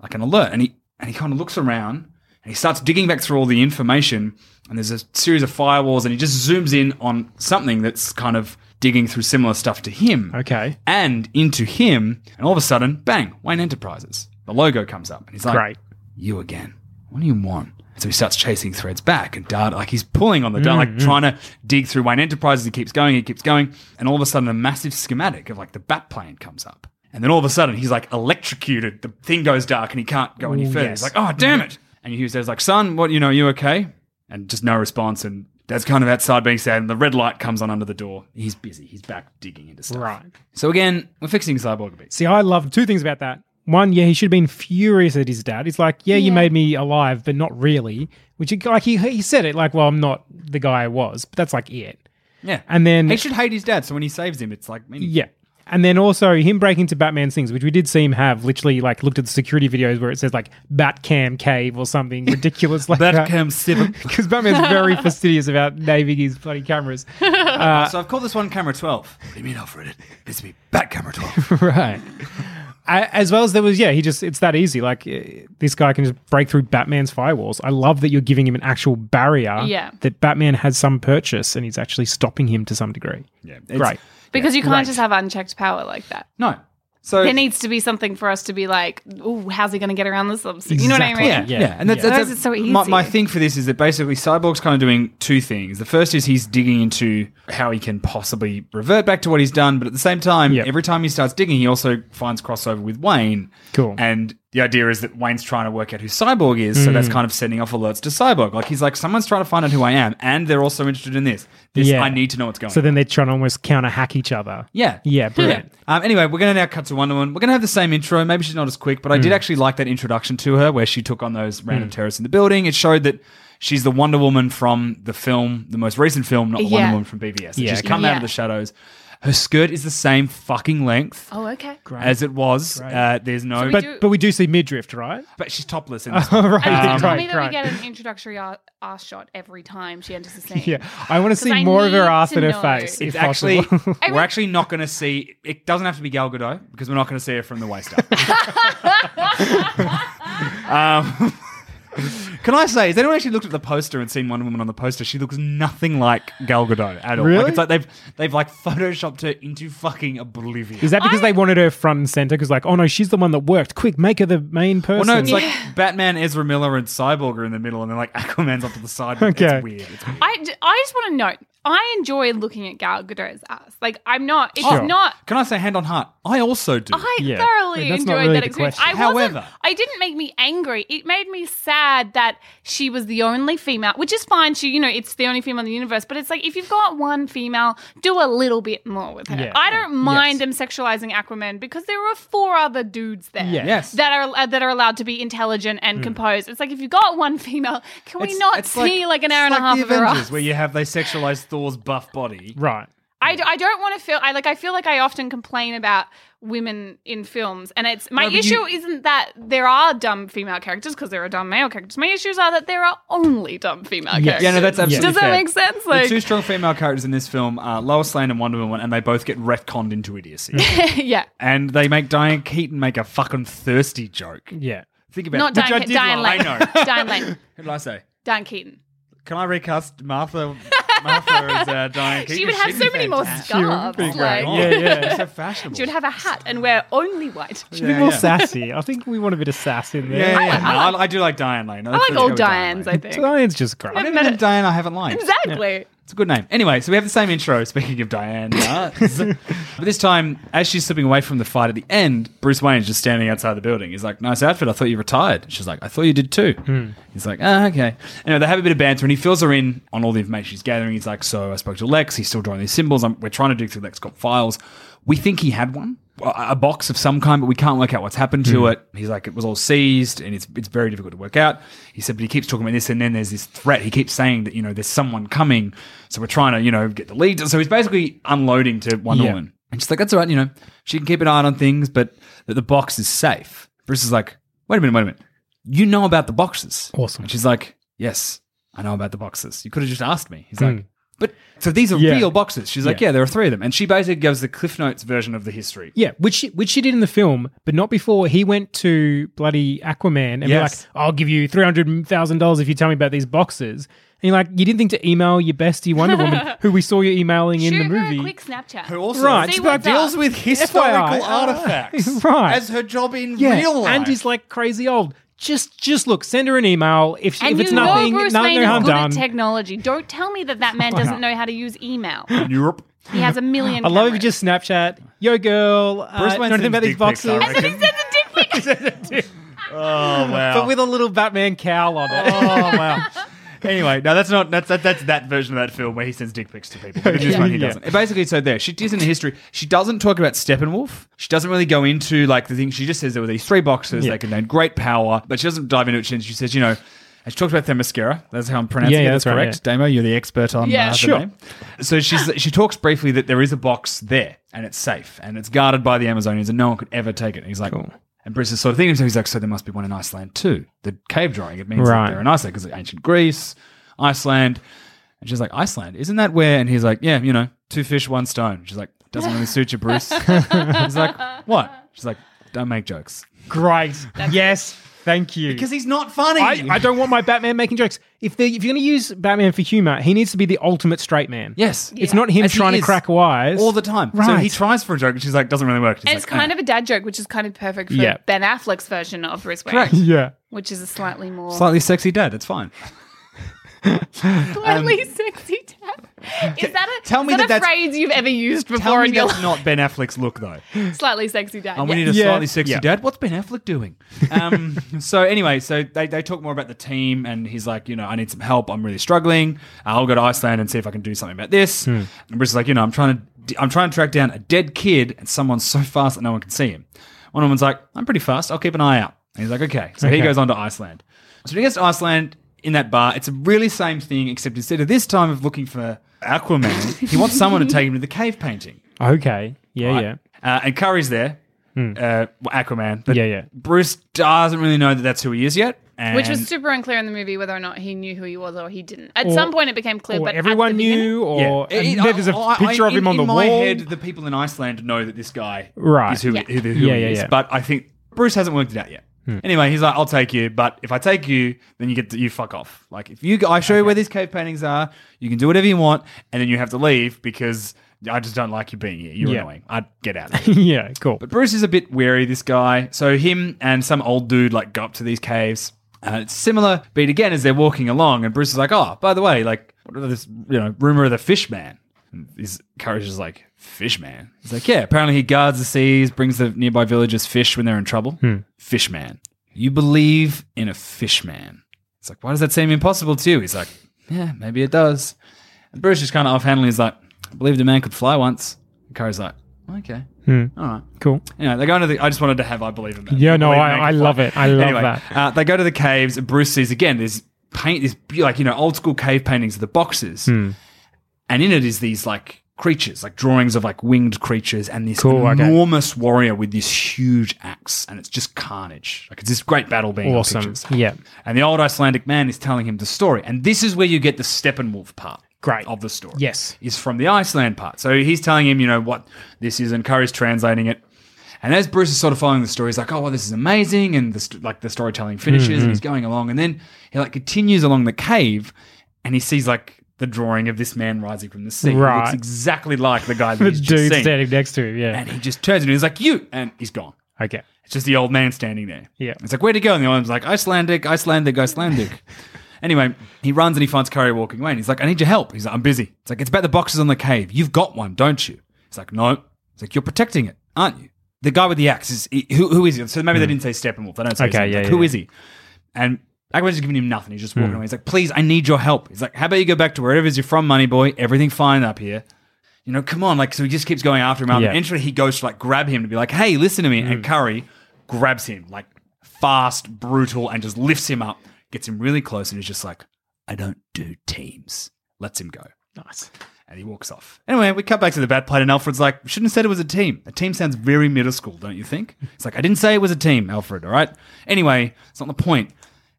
S2: like an alert. And he and he kind of looks around and he starts digging back through all the information. And there's a series of firewalls, and he just zooms in on something that's kind of digging through similar stuff to him. Okay. And into him, and all of a sudden, bang! Wayne Enterprises. The logo comes up, and he's like,
S4: Great.
S2: "You again? What do you want?" So he starts chasing threads back and data, like he's pulling on the data,
S4: Mm,
S2: like
S4: mm.
S2: trying to dig through Wayne Enterprises. He keeps going, he keeps going, and all of a sudden, a massive schematic of like the bat plane comes up, and then all of a sudden, he's like electrocuted. The thing goes dark, and he can't go any
S4: Ooh,
S2: further.
S4: yes. Mm-hmm.
S2: He's like, "Oh damn it!" And Hughes says, "Like son, what you know? You okay?" And just no response. And Dad's kind of outside being sad, and the red light comes on under the door. He's busy. He's back digging into stuff.
S4: Right.
S2: So again, we're fixing Cyborg a bit.
S4: See, I love two things about that. One, yeah, he should have been furious at his dad. He's like, yeah, you
S2: Yeah.
S4: made me alive, but not really. Which, he- like, he, he said it like, well, I'm not the guy I was, but that's like it.
S2: Yeah.
S4: And then-
S2: he should hate his dad. So when he saves him, it's like meaningful.
S4: Yeah. And then also him breaking into Batman's things, which we did see him have literally like looked at the security videos where it says like Batcam Cave or something ridiculous like that. (laughs)
S2: Batcam 7.
S4: Because Batman's very fastidious about naming his bloody cameras. (laughs) Uh,
S2: so I've called this one camera twelve. What do you mean, Alfred? It's me, back camera twelve.
S4: (laughs) right. A- As well as there was, yeah, he just, it's that easy. Like, eh, this guy can just break through Batman's firewalls. I love that you're giving him an actual barrier
S3: Yeah.
S4: that Batman has some purchase and he's actually stopping him to some degree.
S2: Yeah.
S4: Great.
S3: Because you can't
S4: Right.
S3: just have unchecked power like that.
S2: No. So
S3: there needs to be something for us to be like, ooh, how's he going to get around this? Obstacle? You know what I mean?
S2: Yeah, yeah. And that's, that's,
S3: Otherwise it's so easy.
S2: My, my thing for this is that basically Cyborg's kind of doing two things. The first is he's digging into how he can possibly revert back to what he's done, but at the same time, every time he starts digging, he also finds crossover with Wayne.
S4: Cool.
S2: And the idea is that Wayne's trying to work out who Cyborg is, so that's
S4: Mm.
S2: kind of sending off alerts to Cyborg. Like he's like, someone's trying to find out who I am, and they're also interested in this. This
S4: Yeah.
S2: I need to know what's going
S4: So
S2: on.
S4: then they're trying to almost counter hack each other.
S2: Yeah.
S4: Yeah, brilliant.
S2: Yeah. Um, anyway, we're going to now cut to Wonder Woman. We're going to have the same intro. Maybe she's not as quick, but I did
S4: Mm.
S2: actually like that introduction to her where she took on those random
S4: Mm.
S2: terrorists in the building. It showed that she's the Wonder Woman from the film, the most recent film, not the
S3: Yeah.
S2: Wonder Woman from BVS.
S4: Yeah,
S2: Yeah, she's
S4: okay.
S2: come out
S3: Yeah.
S2: of the shadows. Her skirt is the same fucking length
S3: Oh, okay.
S2: as it was. Uh, there's no.
S4: but but we do see midrift, right?
S2: But she's topless
S4: (laughs)
S2: in
S4: Oh,
S2: this one.
S4: right,
S3: And
S2: Um,
S3: it's funny that we get an introductory ar- ass shot every time she enters the
S4: (laughs)
S3: scene.
S4: Yeah, I want to
S3: 'Cause
S4: see
S3: I
S4: more of her
S3: need
S4: ass
S3: to
S4: than her
S3: know.
S4: face.
S2: It's
S4: if
S2: actually
S4: possible. (laughs)
S2: we're actually not going to see. It doesn't have to be Gal Gadot because we're not going to see her from the waist
S3: (laughs)
S2: up. um, (laughs) can I say? Has anyone actually looked at the poster and seen Wonder Woman on the poster? She looks nothing like Gal Gadot at all.
S4: Really?
S2: Like it's like they've they've like photoshopped her into fucking oblivion.
S4: Is that because they wanted her front and center? Because like, oh no, she's the one that worked. Quick, make her the main person.
S2: Well, no, it's like Batman, Ezra Miller, and Cyborg are in the middle, and then like Aquaman's off to the side.
S4: Okay.
S2: It's weird. It's weird.
S3: I, j- I just want to note, I enjoy looking at Gal Gadot's ass. Like, I'm not, it's
S2: Sure.
S3: not,
S2: Can I say hand on heart? I also do.
S3: I thoroughly enjoyed that experience. I
S2: However,
S3: wasn't, I didn't make me angry. It made me sad that she was the only female, which is fine. She, you know, it's the only female in the universe. But it's like if you've got one female, do a little bit more with her.
S4: Yeah,
S3: I don't
S4: yeah,
S3: mind
S4: yes.
S3: them sexualizing Aquaman because there are four other dudes there
S4: Yeah. Yes.
S3: that are uh, that are allowed to be intelligent and
S2: Mm.
S3: composed. It's like if you've got one female, can we not see like, an hour and
S2: it's
S3: a half
S2: like
S3: of
S2: the
S3: her
S2: Avengers,
S3: ass?
S2: where you have they sexualize Thor's buff body,
S4: right?
S3: I, d- I don't want to feel I like I feel like I often complain about women in films and it's my
S2: No, but
S3: issue
S2: you-
S3: isn't that there are dumb female characters because there are dumb male characters. My issues are that there are only dumb female characters.
S2: Yeah, no, that's absolutely.
S3: Does that
S2: fair.
S3: make sense? Like
S2: the two strong female characters in this film are Lois Lane and Wonder Woman, and they both get retconned into
S3: (laughs)
S2: idiocy.
S3: yeah.
S2: and they make Diane Keaton make a fucking thirsty joke.
S4: Yeah,
S2: think about it.
S3: Not
S2: Which I
S3: Diane,
S2: did
S3: Diane
S2: like-
S3: Lane.
S2: I know.
S3: (laughs)
S2: (laughs)
S3: Diane Lane.
S2: Who did I say?
S3: Diane Keaton.
S2: Can I recast Martha? Martha as
S3: (laughs)
S2: uh, Diane Keaton.
S3: She would have
S2: She'd
S3: so
S2: be
S3: many more
S2: fantastic.
S3: scarves.
S2: She would be
S3: Like,
S2: great. yeah, yeah, so fashionable.
S3: (laughs) she would have a hat and wear only white.
S4: She's a bit more sassy. I think we want a bit of sass in
S2: Yeah,
S4: there.
S2: yeah,
S3: (laughs)
S2: yeah. No, I, I do like Diane Lane.
S3: I like all Dianes, I
S2: (laughs)
S3: think.
S4: Diane's just great.
S2: I've never met a Diane I haven't liked.
S3: Exactly.
S2: It's a good name. Anyway, so we have the same intro. Speaking of Diane, but this time, as she's slipping away from the fight at the end, Bruce Wayne is just standing outside the building. He's like, "Nice outfit. I thought you retired." She's like, "I thought you did too." He's like, "Ah, okay." Anyway, they have a bit of banter, and he fills her in on all the information she's gathering. He's like, "So I spoke to Lex. He's still drawing these symbols. I'm, we're trying to dig through LexCorp files. We think he had one." a a box of some kind, but we can't work out what's happened to
S4: Hmm.
S2: it. He's like, it was all seized, and it's it's very difficult to work out. He said, but he keeps talking about this, and then there's this threat. He keeps saying that you know there's someone coming, so we're trying to you know get the lead. So he's basically unloading to Wonder
S4: Yeah.
S2: Woman, and she's like, that's all right, you know, she can keep an eye on things, but that the box is safe. Bruce is like, wait a minute, wait a minute, you know about the boxes? Awesome. And she's like, yes, I know about the boxes. You could have just asked me. He's like, But so these are
S4: Hmm. Yeah.
S2: real boxes. She's like,
S4: Yeah.
S2: yeah, there are three of them, and she basically gives the Cliff Notes version of the history.
S4: Yeah, which she, which she did in the film, but not before he went to bloody Aquaman
S2: Yes.
S4: and be like, "I'll give you three hundred thousand dollars if you tell me about these boxes." And you're like, "You didn't think to email your bestie Wonder
S3: (laughs)
S4: Woman, who we saw you emailing in the
S3: Shoot her a
S4: movie."
S3: quick Snapchat.
S2: Who also
S4: Right,
S3: See
S4: but
S3: what's
S2: deals
S3: up.
S2: with historical
S4: (laughs)
S2: artifacts
S4: Right.
S2: as her job in
S4: yeah,
S2: real life.
S4: and he's like crazy old. Just just look, send her an email. If she,
S3: And
S4: if it's
S3: you know
S4: nothing,
S3: Bruce
S4: no,
S3: Wayne
S4: no
S3: is
S4: harm
S3: good
S4: done.
S3: at technology. Don't tell me that that man doesn't know how to use email.
S2: Europe.
S3: He has a million.
S4: (gasps) I love if you
S3: cameras. (laughs)
S4: just Snapchat, yo girl, uh,
S2: Bruce Wayne
S4: know anything
S2: sends
S4: about these
S2: dick pics,
S4: boxes?
S2: I
S3: And then he sends a dick pic.
S2: Oh wow!
S4: (laughs) but with a little Batman cowl on it.
S2: oh wow. Anyway, no, that's not that's that, that's that version of that film where he sends dick pics to people. But in this one, he
S4: Yeah.
S2: doesn't. Basically, so there she is in the history. She doesn't talk about Steppenwolf. She doesn't really go into like the thing. She just says there were these three boxes.
S4: Yeah.
S2: They contained great power, but she doesn't dive into it. She she says, you know. And she talks about Themyscira. That's how I'm pronouncing
S4: Yeah,
S2: it.
S4: yeah,
S2: That's
S4: that's right,
S2: correct. Damo, you're the expert on
S3: Yeah.
S2: uh, the
S3: Sure.
S2: name. So she's, she talks briefly that there is a box there and it's safe and it's guarded by the Amazonians and no one could ever take it. And he's like, and Bruce is sort of thinking to himself, he's like, so there must be one in Iceland too. The cave drawing, it means
S4: Right.
S2: that they're in Iceland because ancient Greece, Iceland. And she's like, Iceland, isn't that where? And he's like, yeah, you know, two fish, one stone. She's like, doesn't really suit you,
S4: (laughs)
S2: Bruce. he's like, what? She's like, don't make jokes.
S4: (laughs) Great. yes. Thank you.
S2: Because he's not funny.
S4: I, I don't want my Batman making jokes. If, they, if you're going to use Batman for humor, he needs to be the ultimate straight man.
S2: Yes.
S4: It's not him
S2: As he
S4: trying to
S2: is.
S4: crack wise.
S2: All the time. So
S4: Right.
S2: he tries for a joke and she's like, doesn't really work. She's
S3: And it's
S2: like, "Ah,
S3: kind of a dad joke, which is kind of perfect for
S4: Yeah.
S3: Ben Affleck's version of Bruce Wayne,
S2: Correct.
S4: (laughs) yeah.
S3: which is a slightly more (laughs)
S2: slightly sexy dad. It's fine.
S4: um,
S3: slightly sexy dad. Is that a
S2: Tell me
S3: is
S2: that
S3: a
S2: that's-
S3: phrase you've ever used
S2: Tell
S3: before
S2: me
S3: in your (laughs)
S2: that's
S3: life?
S2: not Ben Affleck's look though.
S3: Slightly sexy dad.
S4: Oh,
S2: And
S3: yeah.
S2: we need a
S4: Yeah.
S2: slightly sexy
S4: Yeah.
S2: dad. What's Ben Affleck doing? Um, (laughs) so anyway, so they, they talk more about the team, and he's like, you know, I need some help. I'm really struggling. Uh, I'll go to Iceland and see if I can do something about this. And Bruce is like, you know, I'm trying to I'm trying to track down a dead kid, and someone's so fast that no one can see him. One woman's like, I'm pretty fast. I'll keep an eye out. And he's like, okay. So he
S4: Okay.
S2: goes on to Iceland. So when he gets to Iceland in that bar, it's a really same thing, except instead of this time of looking for Aquaman, he wants someone to take him to the cave painting.
S4: Okay. Yeah,
S2: Right.
S4: yeah. Hmm.
S2: Uh, and Curry's there, uh, well, Aquaman. But
S4: Yeah, yeah.
S2: Bruce doesn't really know that that's who he is yet. And
S3: Which was super unclear in the movie whether or not he knew who he was or he didn't. At some point, it became clear,
S4: Or
S3: but at
S4: everyone
S3: the beginning-
S4: knew, or
S2: It- it-
S4: and there's a
S2: I- I-
S4: picture of
S2: in-
S4: him on the
S2: in my
S4: wall.
S2: head, the people in Iceland know that this guy
S4: Right.
S2: is who,
S3: Yeah.
S2: who, who
S4: Yeah,
S2: he
S4: yeah, Hmm.
S2: is.
S4: yeah.
S2: But I think Bruce hasn't worked it out yet. Anyway, he's like, "I'll take you, but if I take you, then you get to, you fuck off. Like if you, I show you where these cave paintings are, you can do whatever you want, and then you have to leave because I just don't like you being here. You're
S4: Yeah.
S2: annoying. I'd get out." Of here.
S4: (laughs) yeah, cool.
S2: But Bruce is a bit wary, this guy. So him and some old dude like go up to these caves. Uh, it's similar beat again as they're walking along, and Bruce is like, "Oh, by the way, like what are this you know rumor of the fish man?" And his courage is like, "Fish man." He's like, "Yeah, apparently he guards the seas, brings the nearby villagers fish when they're in trouble." Fish man, you believe in a fish man? It's like, why does that seem impossible to you? He's like, "Yeah, maybe it does." And Bruce just kind of offhandedly is like, "I believed a man could fly once." And Kara's like, "Okay, all right."
S4: cool.
S2: Anyway, they go into the. I just wanted to have I believe in that.
S4: Yeah, no,
S2: Believe
S4: I-
S2: in
S4: I
S2: Maker
S4: love
S2: Fly.
S4: it. I love
S2: Anyway,
S4: that.
S2: Uh, they go to the caves. And Bruce sees again. There's paint. This be- like you know old school cave paintings of the boxes,
S4: Hmm.
S2: and in it is these like creatures, like drawings of like winged creatures, and this
S4: Cool, okay.
S2: enormous warrior with this huge axe, and it's just carnage. Like it's this great battle being on
S4: Awesome.
S2: pictures.
S4: (laughs) Yeah.
S2: And the old Icelandic man is telling him the story, and this is where you get the Steppenwolf part.
S4: Great.
S2: of the story
S4: Yes.
S2: is from the Iceland part. So he's telling him, you know, what this is, and Curry's translating it. And as Bruce is sort of following the story, he's like, "Oh, well, this is amazing," and the st- like the storytelling finishes, and
S4: Mm-hmm.
S2: he's going along, and then he like continues along the cave, and he sees like the drawing of this man rising from the sea. He looks
S4: Right.
S2: exactly like the guy that
S4: (laughs) The
S2: he's just
S4: dude
S2: seen.
S4: standing next to him. Yeah.
S2: And he just turns and he's like, "You," and he's gone.
S4: Okay.
S2: It's just the old man standing there.
S4: Yeah.
S2: It's like, where'd he go? And the old man's like, Icelandic, Icelandic,
S4: (laughs)
S2: Icelandic. anyway, he runs and he finds Curry walking away and he's like, I need your help. He's like, I'm busy. It's like, it's about the boxes on the cave. You've got one, don't you? He's like, no. It's like, you're protecting it, aren't you? The guy with the axe is, he- who, who is he? So maybe they didn't say Steppenwolf. They don't say
S4: Hmm. Okay,
S2: okay,
S4: yeah,
S2: like,
S4: yeah, Hmm.
S2: Who
S4: yeah.
S2: is he? And Aquaman's just giving him nothing. He's just walking away. He's like, please, I need your help. He's like, how about you go back to wherever it is you're from, money boy? Everything fine up here. You know, come on. Like, so he just keeps going after him. After him.
S4: Yeah.
S2: And eventually he goes to like grab him to be like, hey, listen to me. And Curry grabs him like fast, brutal, and just lifts him up, gets him really close, and is just like, I don't do teams. Lets him go. Nice. And he walks off. Anyway, we cut back to the bat plate, and Alfred's like, "We shouldn't have said it was a team. A team sounds very middle school, don't you think? It's like, I didn't say it was a team, Alfred, all right? Anyway, it's not the point.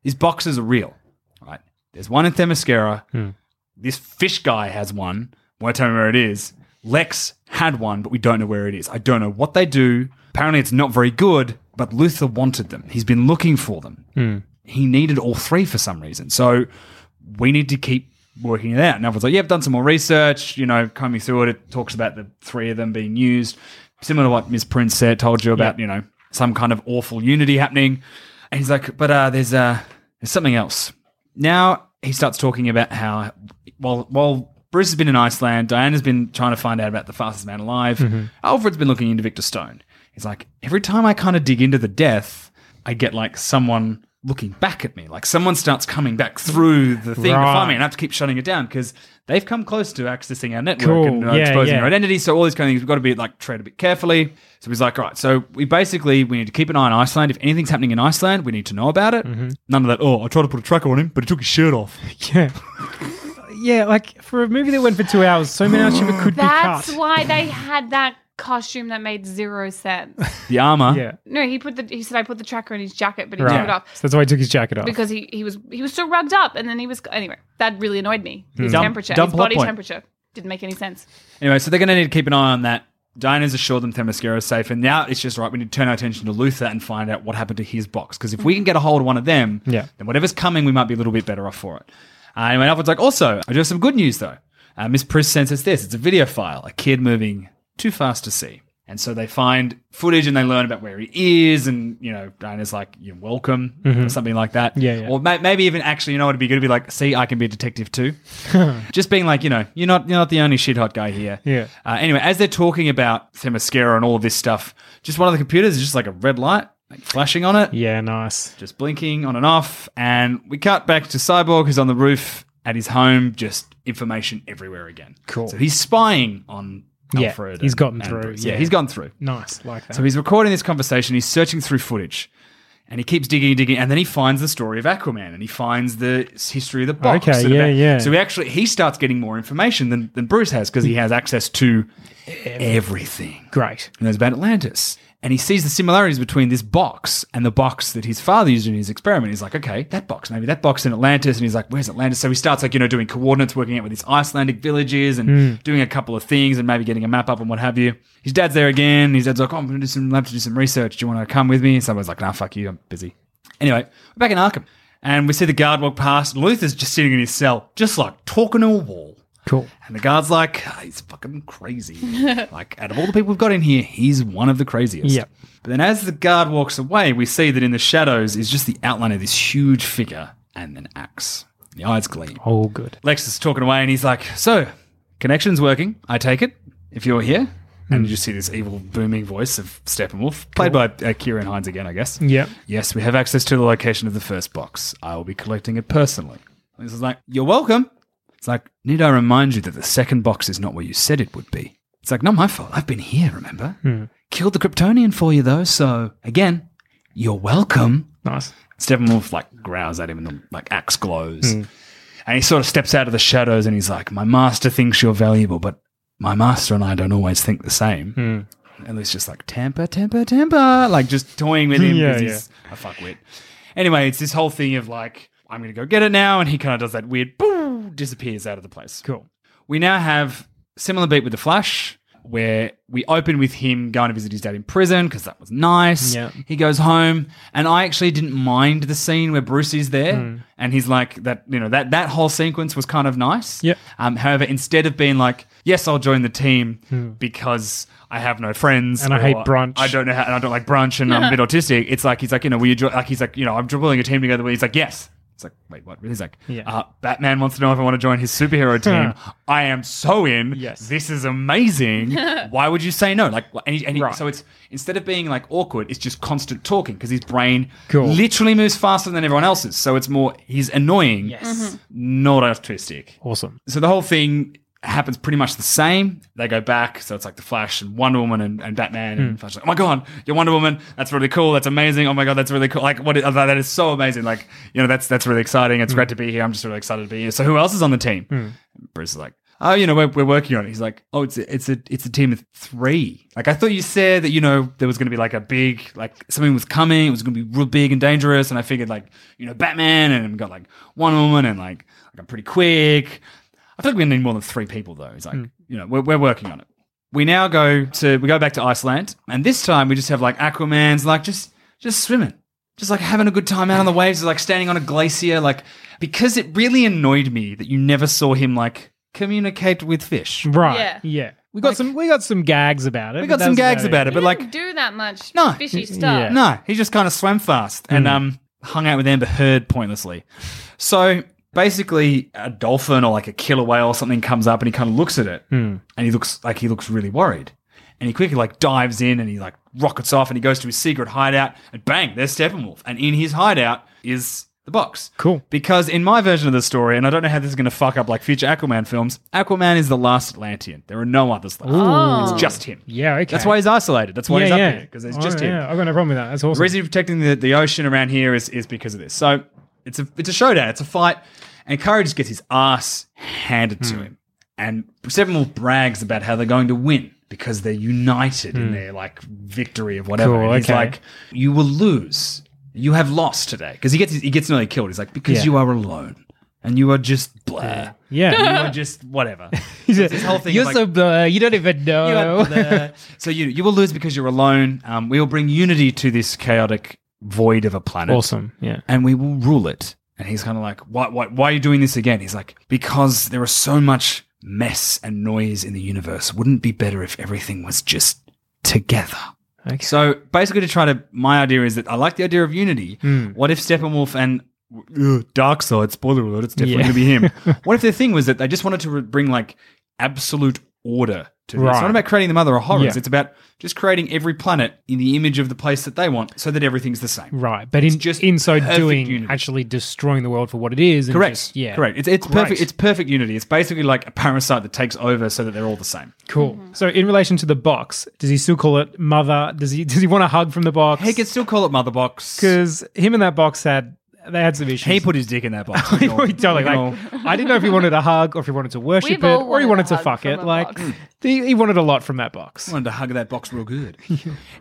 S2: These boxes are real, all right? There's one in Themyscira. this fish guy has one. Won't tell me where it is. Lex had one, but we don't know where it is. I don't know what they do. Apparently, it's not very good. But Luther wanted them. He's been looking for them. He needed all three for some reason. So we need to keep working it out. And everyone's like, yeah, I've done some more research, you know, combing through it. It talks about the three of them being used. Similar to what Ms. Prince said, told you about, you know, some kind of awful unity happening. And he's like, but uh, there's uh, there's something else. Now he starts talking about how while while Bruce has been in Iceland, Diana's been trying to find out about the fastest man alive.
S8: Mhm.
S2: Alfred's been looking into Victor Stone. He's like, every time I kind of dig into the death, I get like someone looking back at me. Like someone starts coming back through the thing to
S4: Right.
S2: find me, and I have to keep shutting it down because they've come close to accessing our network
S4: Cool.
S2: and uh,
S4: Yeah,
S2: exposing
S4: yeah.
S2: our identity. So all these kind of things, we've got to be like tread a bit carefully. So he's like, all right, so we basically we need to keep an eye on Iceland. If anything's happening in Iceland, we need to know about it.
S4: Mm-hmm.
S2: None of that. Oh, I tried to put a tracker on him, but he took his shirt
S4: (laughs)
S2: off.
S4: (laughs) Yeah. yeah, like for a movie that went for two hours, so many hours of it could
S3: That's
S4: be cut.
S3: why they had that costume that made zero sense.
S2: The armor.
S4: Yeah.
S3: No, he put the he said I put the tracker in his jacket, but he
S4: Right.
S3: took it off.
S4: So that's why he took his jacket off.
S3: Because he, he was he was still rubbed up and then he was anyway, that really annoyed me. His
S2: Hmm. Dumb-
S3: temperature,
S2: dumb
S3: his
S2: plot
S3: body
S2: point.
S3: temperature. Didn't make any sense.
S2: Anyway, so they're going to need to keep an eye on that. Diana's assured them Themyscira is safe, and now it's just right. We need to turn our attention to Luther and find out what happened to his box. Because if we can get a hold of one of them,
S4: Yeah.
S2: then whatever's coming, we might be a little bit better off for it. Uh, anyway, Alfred's like, also, I do have some good news though. Uh, Miss Pris sends us this. It's a video file, a kid moving too fast to see. And so they find footage and they learn about where he is, and you know, Diana's like, "You're welcome," or
S4: Mhm.
S2: something like that.
S4: Yeah, yeah.
S2: Or may- maybe even actually, you know, what it'd be good to be like, "See, I can be a detective too." Just being like, you know, you're not you're not the only shit hot guy here.
S4: Yeah.
S2: Uh, anyway, as they're talking about Themyscira and all of this stuff, just one of the computers is just like a red light, like flashing on it.
S4: Yeah, nice.
S2: Just blinking on and off. And we cut back to Cyborg, who's on the roof at his home, just information everywhere again.
S4: Cool.
S2: So he's spying on
S4: Yeah,
S2: Alfred.
S4: he's
S2: and-
S4: gotten
S2: and
S4: through,
S2: Bruce. Yeah.
S4: yeah.
S2: he's gone through.
S4: Nice, like that.
S2: So he's recording this conversation, he's searching through footage. And he keeps digging, digging, and then he finds the story of Aquaman, and he finds the history of the box.
S4: Okay,
S2: and
S4: yeah,
S2: about-
S4: yeah.
S2: So he actually he starts getting more information than, than Bruce has because he has access to everything
S4: Great.
S2: and knows about Atlantis. And he sees the similarities between this box and the box that his father used in his experiment. He's like, okay, that box, maybe that box in Atlantis. And he's like, where's Atlantis? So he starts like, you know, doing coordinates, working out where these Icelandic villages and
S4: Mm.
S2: doing a couple of things and maybe getting a map up and what have you. His dad's there again. His dad's like, oh, I'm going to do some lab to do some research. Do you want to come with me? And someone's like, nah, fuck you. I'm busy. Anyway, we're back in Arkham. And we see the guard walk past. and Luther's just sitting in his cell, just like talking to a wall.
S4: Cool.
S2: And the guard's like, "Ah, he's fucking crazy. like, out of all the people we've got in here, he's one of the craziest.
S4: Yep.
S2: But then as the guard walks away, we see that in the shadows is just the outline of this huge figure and an axe. The eyes gleam.
S4: Oh, good.
S2: Lex is talking away and he's like, So, connection's working. I take it. If you're here. And you just see this evil, booming voice of Steppenwolf, played by uh, Kieran Hines again, I guess.
S4: Yep.
S2: Yes, we have access to the location of the first box. I will be collecting it personally. And This is like, You're welcome. It's like, Need I remind you that the second box is not where you said it would be? It's like, Not my fault. I've been here, remember?
S4: Hmm.
S2: Killed the Kryptonian for you, though. So, again, you're welcome.
S4: Nice.
S2: Steppenwolf like growls at him and the like axe glows.
S4: Hmm.
S2: And he sort of steps out of the shadows and he's like, My master thinks you're valuable, but my master and I don't always think the same.
S4: Hmm.
S2: And it's just like temper, temper, temper, like just toying with him
S4: (laughs) Yeah,
S2: because he's a fuckwit. Anyway, it's this whole thing of like, I'm gonna go get it now, and he kind of does that weird boo, disappears out of the place.
S4: Cool.
S2: We now have similar beat with the Flash, where we open with him going to visit his dad in prison because that was nice.
S4: Yeah.
S2: He goes home, and I actually didn't mind the scene where Bruce is there,
S4: Hmm.
S2: and he's like that. You know that that whole sequence was kind of nice.
S4: Yep.
S2: Um, however, instead of being like, "Yes, I'll join the team because I have no friends
S4: Hmm. And I hate
S2: or
S4: brunch.
S2: I don't know how, and I don't like brunch, and
S4: (laughs)
S2: I'm a bit autistic," it's like he's like, you know, will you jo-? like he's like, you know, I'm pulling a team together. He's like, "Yes." It's like, wait, what? He's like,
S4: Yeah.
S2: uh, Batman wants to know if I want to join his superhero
S4: (laughs)
S2: team. I am so in.
S4: Yes.
S2: This is
S4: (laughs)
S2: amazing. Why would you say no? Like, and, he, and he-
S4: Right.
S2: so it's instead of being like awkward, it's just constant talking because his brain
S4: Cool.
S2: literally moves faster than everyone else's. So it's more he's annoying,
S4: Yes. Mhm.
S2: not artistic.
S4: Awesome.
S2: So the whole thing happens pretty much the same. They go back, so it's like the Flash and Wonder Woman and, and Batman. And Flash, is like, oh my god, you're Wonder Woman. That's really cool. That's amazing. Oh my god, that's really cool. Like what? Is, that is so amazing. Like you know, that's that's really exciting. It's great to be here. I'm just really excited to be here. So who else is on the team? Bruce is like. Oh, you know, we're, we're working on it. He's like, oh, it's a, it's a it's a team of three. Like, I thought you said that you know there was going to be like a big like something was coming. It was going to be real big and dangerous. And I figured like you know Batman and we got like one woman and like like I'm pretty quick. I feel like we need more than three people though. It's like you know we're, we're working on it. We now go to we go back to Iceland, and this time we just have like Aquaman's like just just swimming, just like having a good time out on the waves, like standing on a glacier, like because it really annoyed me that you never saw him like communicate with fish.
S4: Right. Yeah. We got some we got some gags about it.
S2: We
S4: but
S2: got some
S4: that's
S2: gags about it, but like
S3: Didn't do that much
S2: No.
S3: fishy stuff.
S2: No, he just kind of swam fast and
S4: Hmm.
S2: um, hung out with Amber Heard pointlessly. So basically, a dolphin or like a killer whale or something comes up and he kind of looks at it
S4: Hmm.
S2: and he looks like he looks really worried. And he quickly like dives in and he like rockets off and he goes to his secret hideout and bang, there's Steppenwolf. And in his hideout is the box. Cool. Because in my version of the story, and I don't know how this is going to fuck up like future Aquaman films, Aquaman is the last Atlantean. There are no others left.
S4: Ooh.
S2: It's just him.
S4: Yeah, okay.
S2: That's why he's isolated. That's why
S4: yeah,
S2: he's up
S4: yeah.
S2: here because there's
S4: Oh,
S2: just him.
S4: Yeah, I've got no problem with that. That's
S2: The
S4: awesome.
S2: reason you're protecting the, the ocean around here is, is because of this. So it's a it's a showdown. It's a fight, and Curry just gets his ass handed to
S4: Hmm.
S2: him. And Steppenwolf brags about how they're going to win because they're united in their like victory of whatever.
S4: Hmm. Cool,
S2: and he's
S4: okay.
S2: like, "You will lose. You have lost today." Because he gets he gets nearly killed. He's like, "Because
S4: Yeah.
S2: you are alone, and you are just blah.
S4: Yeah.
S2: you are just whatever."
S4: (laughs) He's a-
S2: This whole thing.
S4: You're
S2: is like,
S4: so blur. You don't even
S2: you
S4: know.
S2: are the- so you you will lose because you're alone. Um, we will bring unity to this chaotic void of a planet.
S4: (laughs) awesome. Yeah.
S2: And we will rule it. And he's kind of like, why, why, why are you doing this again? He's like, because there is so much mess and noise in the universe. Wouldn't it be better if everything was just together?
S4: Okay.
S2: So basically, to try to, my idea is that I like the idea of unity.
S4: Hmm.
S2: What if Steppenwolf and uh, Dark Side, spoiler alert, it's definitely
S4: Yeah.
S2: going to be
S4: (laughs)
S2: him. what if the thing was that they just wanted to re- bring like absolute order to this? It's
S4: Right.
S2: not about creating the mother of horrors.
S4: Yeah.
S2: It's about just creating every planet in the image of the place that they want so that everything's the same.
S4: Right, but in
S2: just
S4: just in so
S2: perfect
S4: doing,
S2: unity.
S4: actually destroying the world for what it is. And
S2: Correct.
S4: just- yeah.
S2: Correct. It's, it's
S4: Great.
S2: perfect. It's perfect unity. It's basically like a parasite that takes over so that they're all the same.
S4: Cool.
S3: Mm-hmm.
S4: So, in relation to the box, does he still call it mother? Does he (laughs) does he want a hug from the box?
S2: He can still call it mother box.
S4: because him and that box had they had some issues.
S2: He
S4: (laughs)
S2: put his dick in that box.
S4: He put- (laughs) totally, like, I didn't know if he wanted a hug or if he wanted to worship
S3: We've
S4: it
S3: all
S4: or he
S3: wanted
S4: wanted
S3: a
S4: to
S3: hug
S4: fuck
S3: from
S4: it.
S3: a
S4: Like
S3: box.
S4: (laughs) he, he wanted a lot from that box.
S2: wanted to hug that box real
S4: (laughs)
S2: good.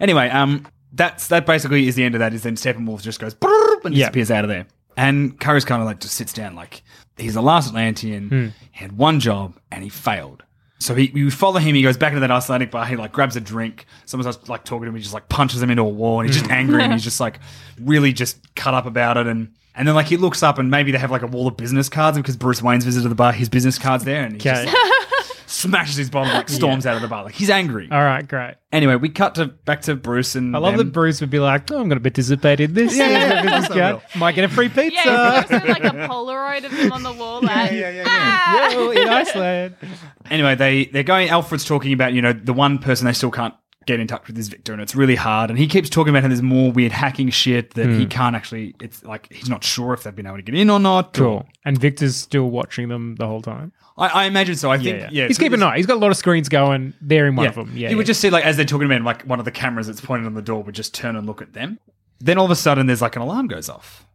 S2: anyway, um, that's that basically is the end of that. Is then Steppenwolf just goes "Brrrr," and
S4: Yeah.
S2: disappears out of there, and Curry's kind of like just sits down, like he's the last Atlantean,
S4: Hmm.
S2: he had one job and he failed. So he, you follow him. He goes back into that Icelandic bar. He like grabs a drink. Someone starts like talking to him. He just like punches him into a wall, and he's
S4: Hmm.
S2: just angry
S4: (laughs)
S2: and he's just like really just cut up about it. And and then like he looks up and maybe they have like a wall of business cards because Bruce Wayne's visited the bar. His business cards there, and he
S4: Okay.
S2: just like, smashes his bottle, like storms out of the bar. Like he's angry.
S4: (laughs) All right, great.
S2: Anyway, we cut to back to Bruce and
S4: I love
S2: them.
S4: that Bruce would be like, oh, I'm going to participate in this.
S2: Yeah, yeah, yeah,
S4: (laughs) Business
S2: of course I
S4: card. Might get a free pizza.
S2: uh,
S3: Yeah, there's also
S2: (laughs)
S3: like a Polaroid of him on the wall. Like, ah!
S4: Yo, (laughs) in Iceland.
S2: Anyway, they they're going. Alfred's talking about you know the one person they still can't get in touch with is Victor, and it's really hard. And he keeps talking about how there's more weird hacking shit that
S4: Hmm.
S2: he can't actually. It's like he's not sure if they've been able to get in or not. or-
S4: Cool. And Victor's still watching them the whole time.
S2: I, I imagine so. I
S4: Yeah,
S2: think yeah,
S4: yeah. he's keeping an eye. He's got a lot of screens going. They're in one of them. Yeah,
S2: you
S4: yeah.
S2: would just see like as they're talking about him, like one of the cameras that's pointed on the door would just turn and look at them. Then all of a sudden, there's like an alarm goes off.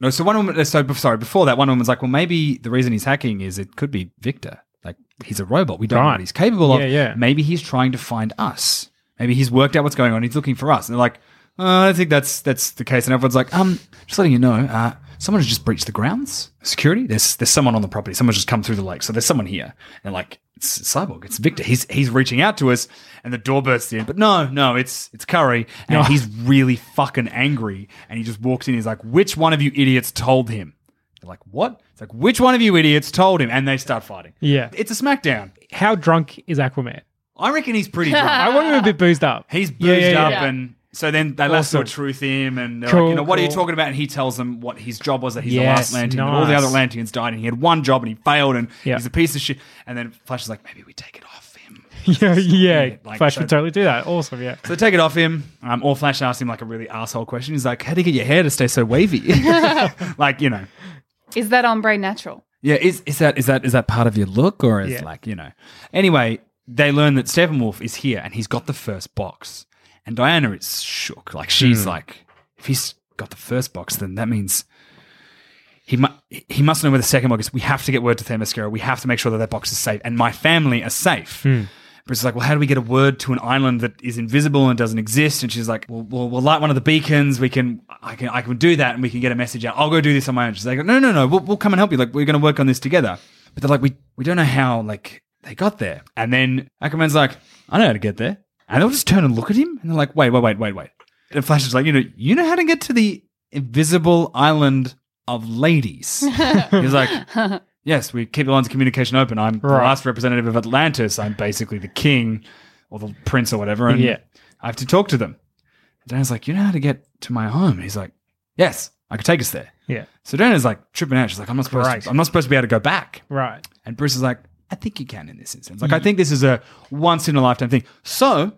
S2: No, so one woman. So sorry, before that, one woman's like, "Well, maybe the reason he's hacking is it could be Victor. Like he's a robot. We don't know
S4: Right.
S2: what he's capable of.
S4: Yeah, yeah.
S2: Maybe he's trying to find us. Maybe he's worked out what's going on. He's looking for us." And they're like, uh, "I don't think that's that's the case." And everyone's like, "Um, just letting you know, uh, someone has just breached the grounds security. There's there's someone on the property. Someone's just come through the lake. So there's someone here." And like, "It's Cyborg. It's Victor. He's he's reaching out to us." And the door bursts in, but no, no, it's it's Curry, and he's really fucking angry. And he just walks in. He's like, "Which one of you idiots told him?" They're like, what? It's like, which one of you idiots told him? And they start fighting.
S4: Yeah.
S2: It's a SmackDown.
S4: How drunk is Aquaman?
S2: I reckon he's pretty drunk.
S4: I want him a bit boozed up.
S2: he's boozed
S4: Yeah, yeah, yeah.
S2: up
S4: Yeah.
S2: and so then they last
S4: Awesome.
S2: saw truth him and they're like,
S4: Cool,
S2: you know, what are you
S4: cool.
S2: talking about? And he tells them what his job was, that he's the
S4: Yes,
S2: last Atlantean. and all the
S4: nice.
S2: other Atlanteans died and he had one job and he failed and
S4: Yeah.
S2: he's a piece of shit. And then Flash is like, maybe we take it off him.
S4: (laughs) (laughs) yeah, yeah.
S2: Like,
S4: Flash
S2: so-
S4: would totally do that. Awesome. Yeah.
S2: So they take it off him. Um, or Flash asks him like a really asshole question. He's like, how do you get your hair to stay so wavy? (laughs) like, you know.
S3: Is that ombre natural?
S2: Yeah, is is that is that is that part of your look or is
S4: Yeah.
S2: like, you know. Anyway, they learn that Steppenwolf is here and he's got the first box. And Diana is shook. Like she's like, if he's got the first box, then that means he mu- he must know where the second box is. We have to get word to Themyscira. We have to make sure that that box is safe and my family are safe. Bruce is like, well, how do we get a word to an island that is invisible and doesn't exist? And she's like, well, we'll, we'll light one of the beacons. We can, I can, I can do that, and we can get a message out. I'll go do this on my own. She's like, no, no, no, we'll, we'll come and help you. Like, we're going to work on this together. But they're like, we, we don't know how like they got there. And then Ackerman's like, I know how to get there. And they'll just turn and look at him and they're like, wait, wait, wait, wait, wait. And Flash is like, you know, you know how to get to the invisible island of ladies. He's like, yes, we keep the lines of communication open. I'm the
S4: Right.
S2: last representative of Atlantis. I'm basically the king or the prince or whatever. And
S4: Yeah.
S2: I have to talk to them. And Dana's like, you know how to get to my home? He's like, yes, I could take us there.
S4: Yeah.
S2: So Dana's like tripping out. She's like, I'm not supposed
S4: Great.
S2: to, I'm not supposed to be able to go back.
S4: Right.
S2: And Bruce is like, I think you can in this instance.
S4: Mm.
S2: Like, I think this is a once in a lifetime thing. So,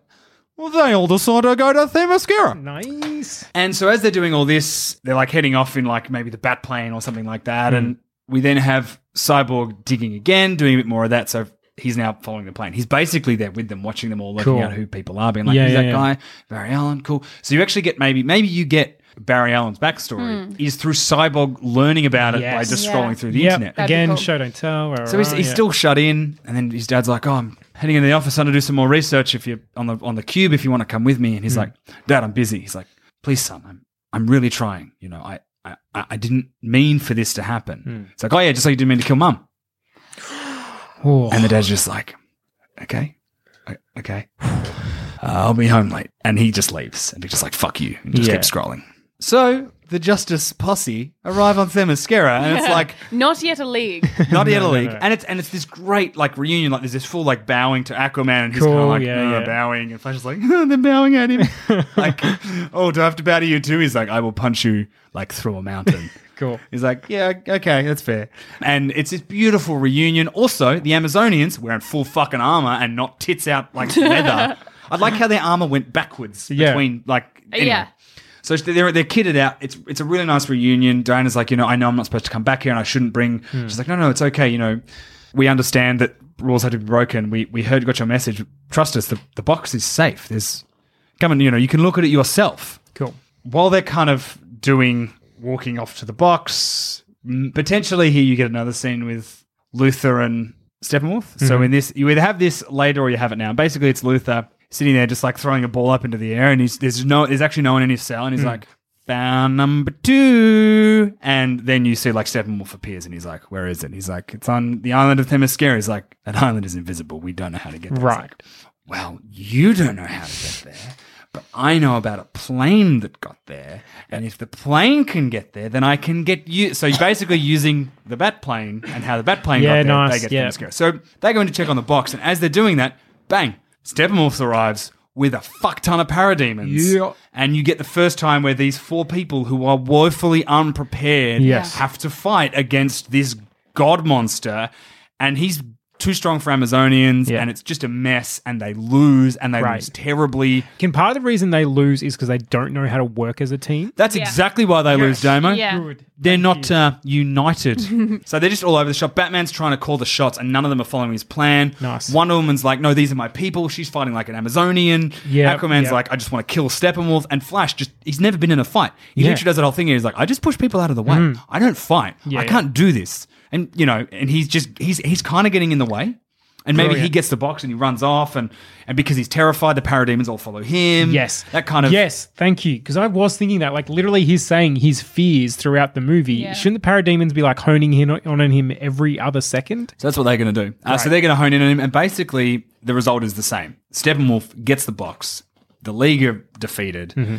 S2: well, they all decide to go to Themyscira.
S4: Nice.
S2: And so as they're doing all this, they're like heading off in like maybe the bat plane or something like that. And
S4: Hmm.
S2: we then have Cyborg digging again, doing a bit more of that. So he's now following the plane. He's basically there with them, watching them all, looking
S4: Cool.
S2: at who people are, being like,
S4: Yeah,
S2: who's
S4: yeah,
S2: that
S4: yeah.
S2: guy? Barry Allen, cool. So you actually get maybe maybe you get Barry Allen's backstory is through Cyborg learning about it by
S4: Yes.
S2: just
S3: Yeah.
S2: scrolling through the
S4: Yep.
S2: internet.
S3: That'd be
S4: Again,
S3: cool.
S4: show don't tell. rah,
S2: So he's,
S4: rah,
S2: he's
S4: yeah.
S2: still shut in, and then his dad's like, "Oh, I'm heading into the office. I'm to do some more research. If you on the on the cube, if you want to come with me." And he's like, "Dad, I'm busy." He's like, "Please, son, I'm I'm really trying. You know, I I, I I didn't mean for this to happen." It's like, "Oh yeah, just like you didn't mean to kill mum."
S4: Oh.
S2: And the (sighs) dad's just like, "Okay, O- okay, uh, I'll be home late." And he just leaves, and he's just like, "Fuck you," and just
S4: Yeah.
S2: keeps scrolling. So the Justice Posse arrive on Themyscira, and it's like.
S3: Not yet a league.
S2: Not yet a league,
S4: no.
S2: and it's and it's this great like reunion. Like there's this full like bowing to Aquaman, and he's
S4: Cool,
S2: kind of like
S4: yeah,
S2: "Uh,
S4: yeah.
S2: bowing, and Flash is like (laughs) they're bowing at
S4: (laughs)
S2: him. like, oh, do I have to bow to you too? He's like, I will punch you like through a
S4: (laughs)
S2: mountain.
S4: Cool.
S2: He's like, yeah, okay, that's fair. And it's this beautiful reunion. Also, the Amazonians wearing full fucking armor and not tits out like
S4: (laughs)
S2: leather. I like how their armor went backwards
S4: Yeah.
S2: between like (laughs) anyway.
S3: Yeah. (laughs)
S2: So they're they're kitted out. It's it's a really nice reunion. Diana's like, you know, I know I'm not supposed to come back here, and I shouldn't bring. She's like, no, no, it's okay. You know, we understand that rules had to be broken. We we heard got your message. Trust us. The the box is safe. There's come and you know you can look at it yourself.
S4: Cool.
S2: While they're kind of doing walking off to the box, m- potentially here you get another scene with Luther and Steppenwolf. So in this, you either have this later or you have it now. Basically, it's Luther sitting there just like throwing a ball up into the air, and he's there's no there's actually no one in his cell, and he's like. Found number two, and then you see like Steppenwolf appears, and he's like, "Where is it?" He's like, "It's on the island of Themyscira." He's like, "That island is invisible. We don't know how to get there." It's
S4: Right.
S2: like, well, you don't know how to get there, but I know about a plane that got there. And if the plane can get there, then I can get you. So you're basically using the bat plane and how the bat plane
S4: Yeah,
S2: got there,
S4: nice,
S2: they get
S4: yeah.
S2: things going. So they go in to check on the box. And as they're doing that, bang, Steppenwolf arrives with a fuck ton of parademons.
S4: Yeah.
S2: And you get the first time where these four people who are woefully unprepared
S4: Yes. Yeah.
S2: have to fight against this god monster, and he's too strong for Amazonians,
S4: Yeah.
S2: and it's just a mess. And they lose, and they
S4: Right.
S2: lose terribly.
S4: Can part of the reason they lose is because they don't know how to work as a team?
S2: That's
S3: Yeah.
S2: exactly why they lose, Damo.
S3: Yeah.
S2: They're not uh,
S4: (laughs)
S2: united. so they're just all over the shop. Batman's trying to call the shots, and none of them are following his plan.
S4: Nice.
S2: Wonder Woman's like, no, these are my people. She's fighting like an Amazonian.
S4: Yep,
S2: Aquaman's
S4: yep.
S2: like, I just want to kill Steppenwolf. And Flash, just he's never been in a fight. He
S4: Yeah. Mm.
S2: literally does that whole thing. He's like, I just push people out of the way. I don't fight.
S4: Yeah,
S2: I
S4: yeah.
S2: can't do this. And, you know, and he's just, he's, he's kind of getting in the way. And maybe he
S4: Brilliant.
S2: gets the box and he runs off, and, and because he's terrified, the parademons all follow him.
S4: Yes.
S2: that kind of
S4: Yes, thank you. Because I was thinking that, like, literally, he's saying his fears throughout the movie.
S3: Yeah.
S4: Shouldn't the parademons be, like, honing in on him every other second?
S2: So that's what they're going to do. Uh, So they're going to hone in on him, and basically the result is the same. Steppenwolf gets the box. The League are defeated,
S4: Mm-hmm.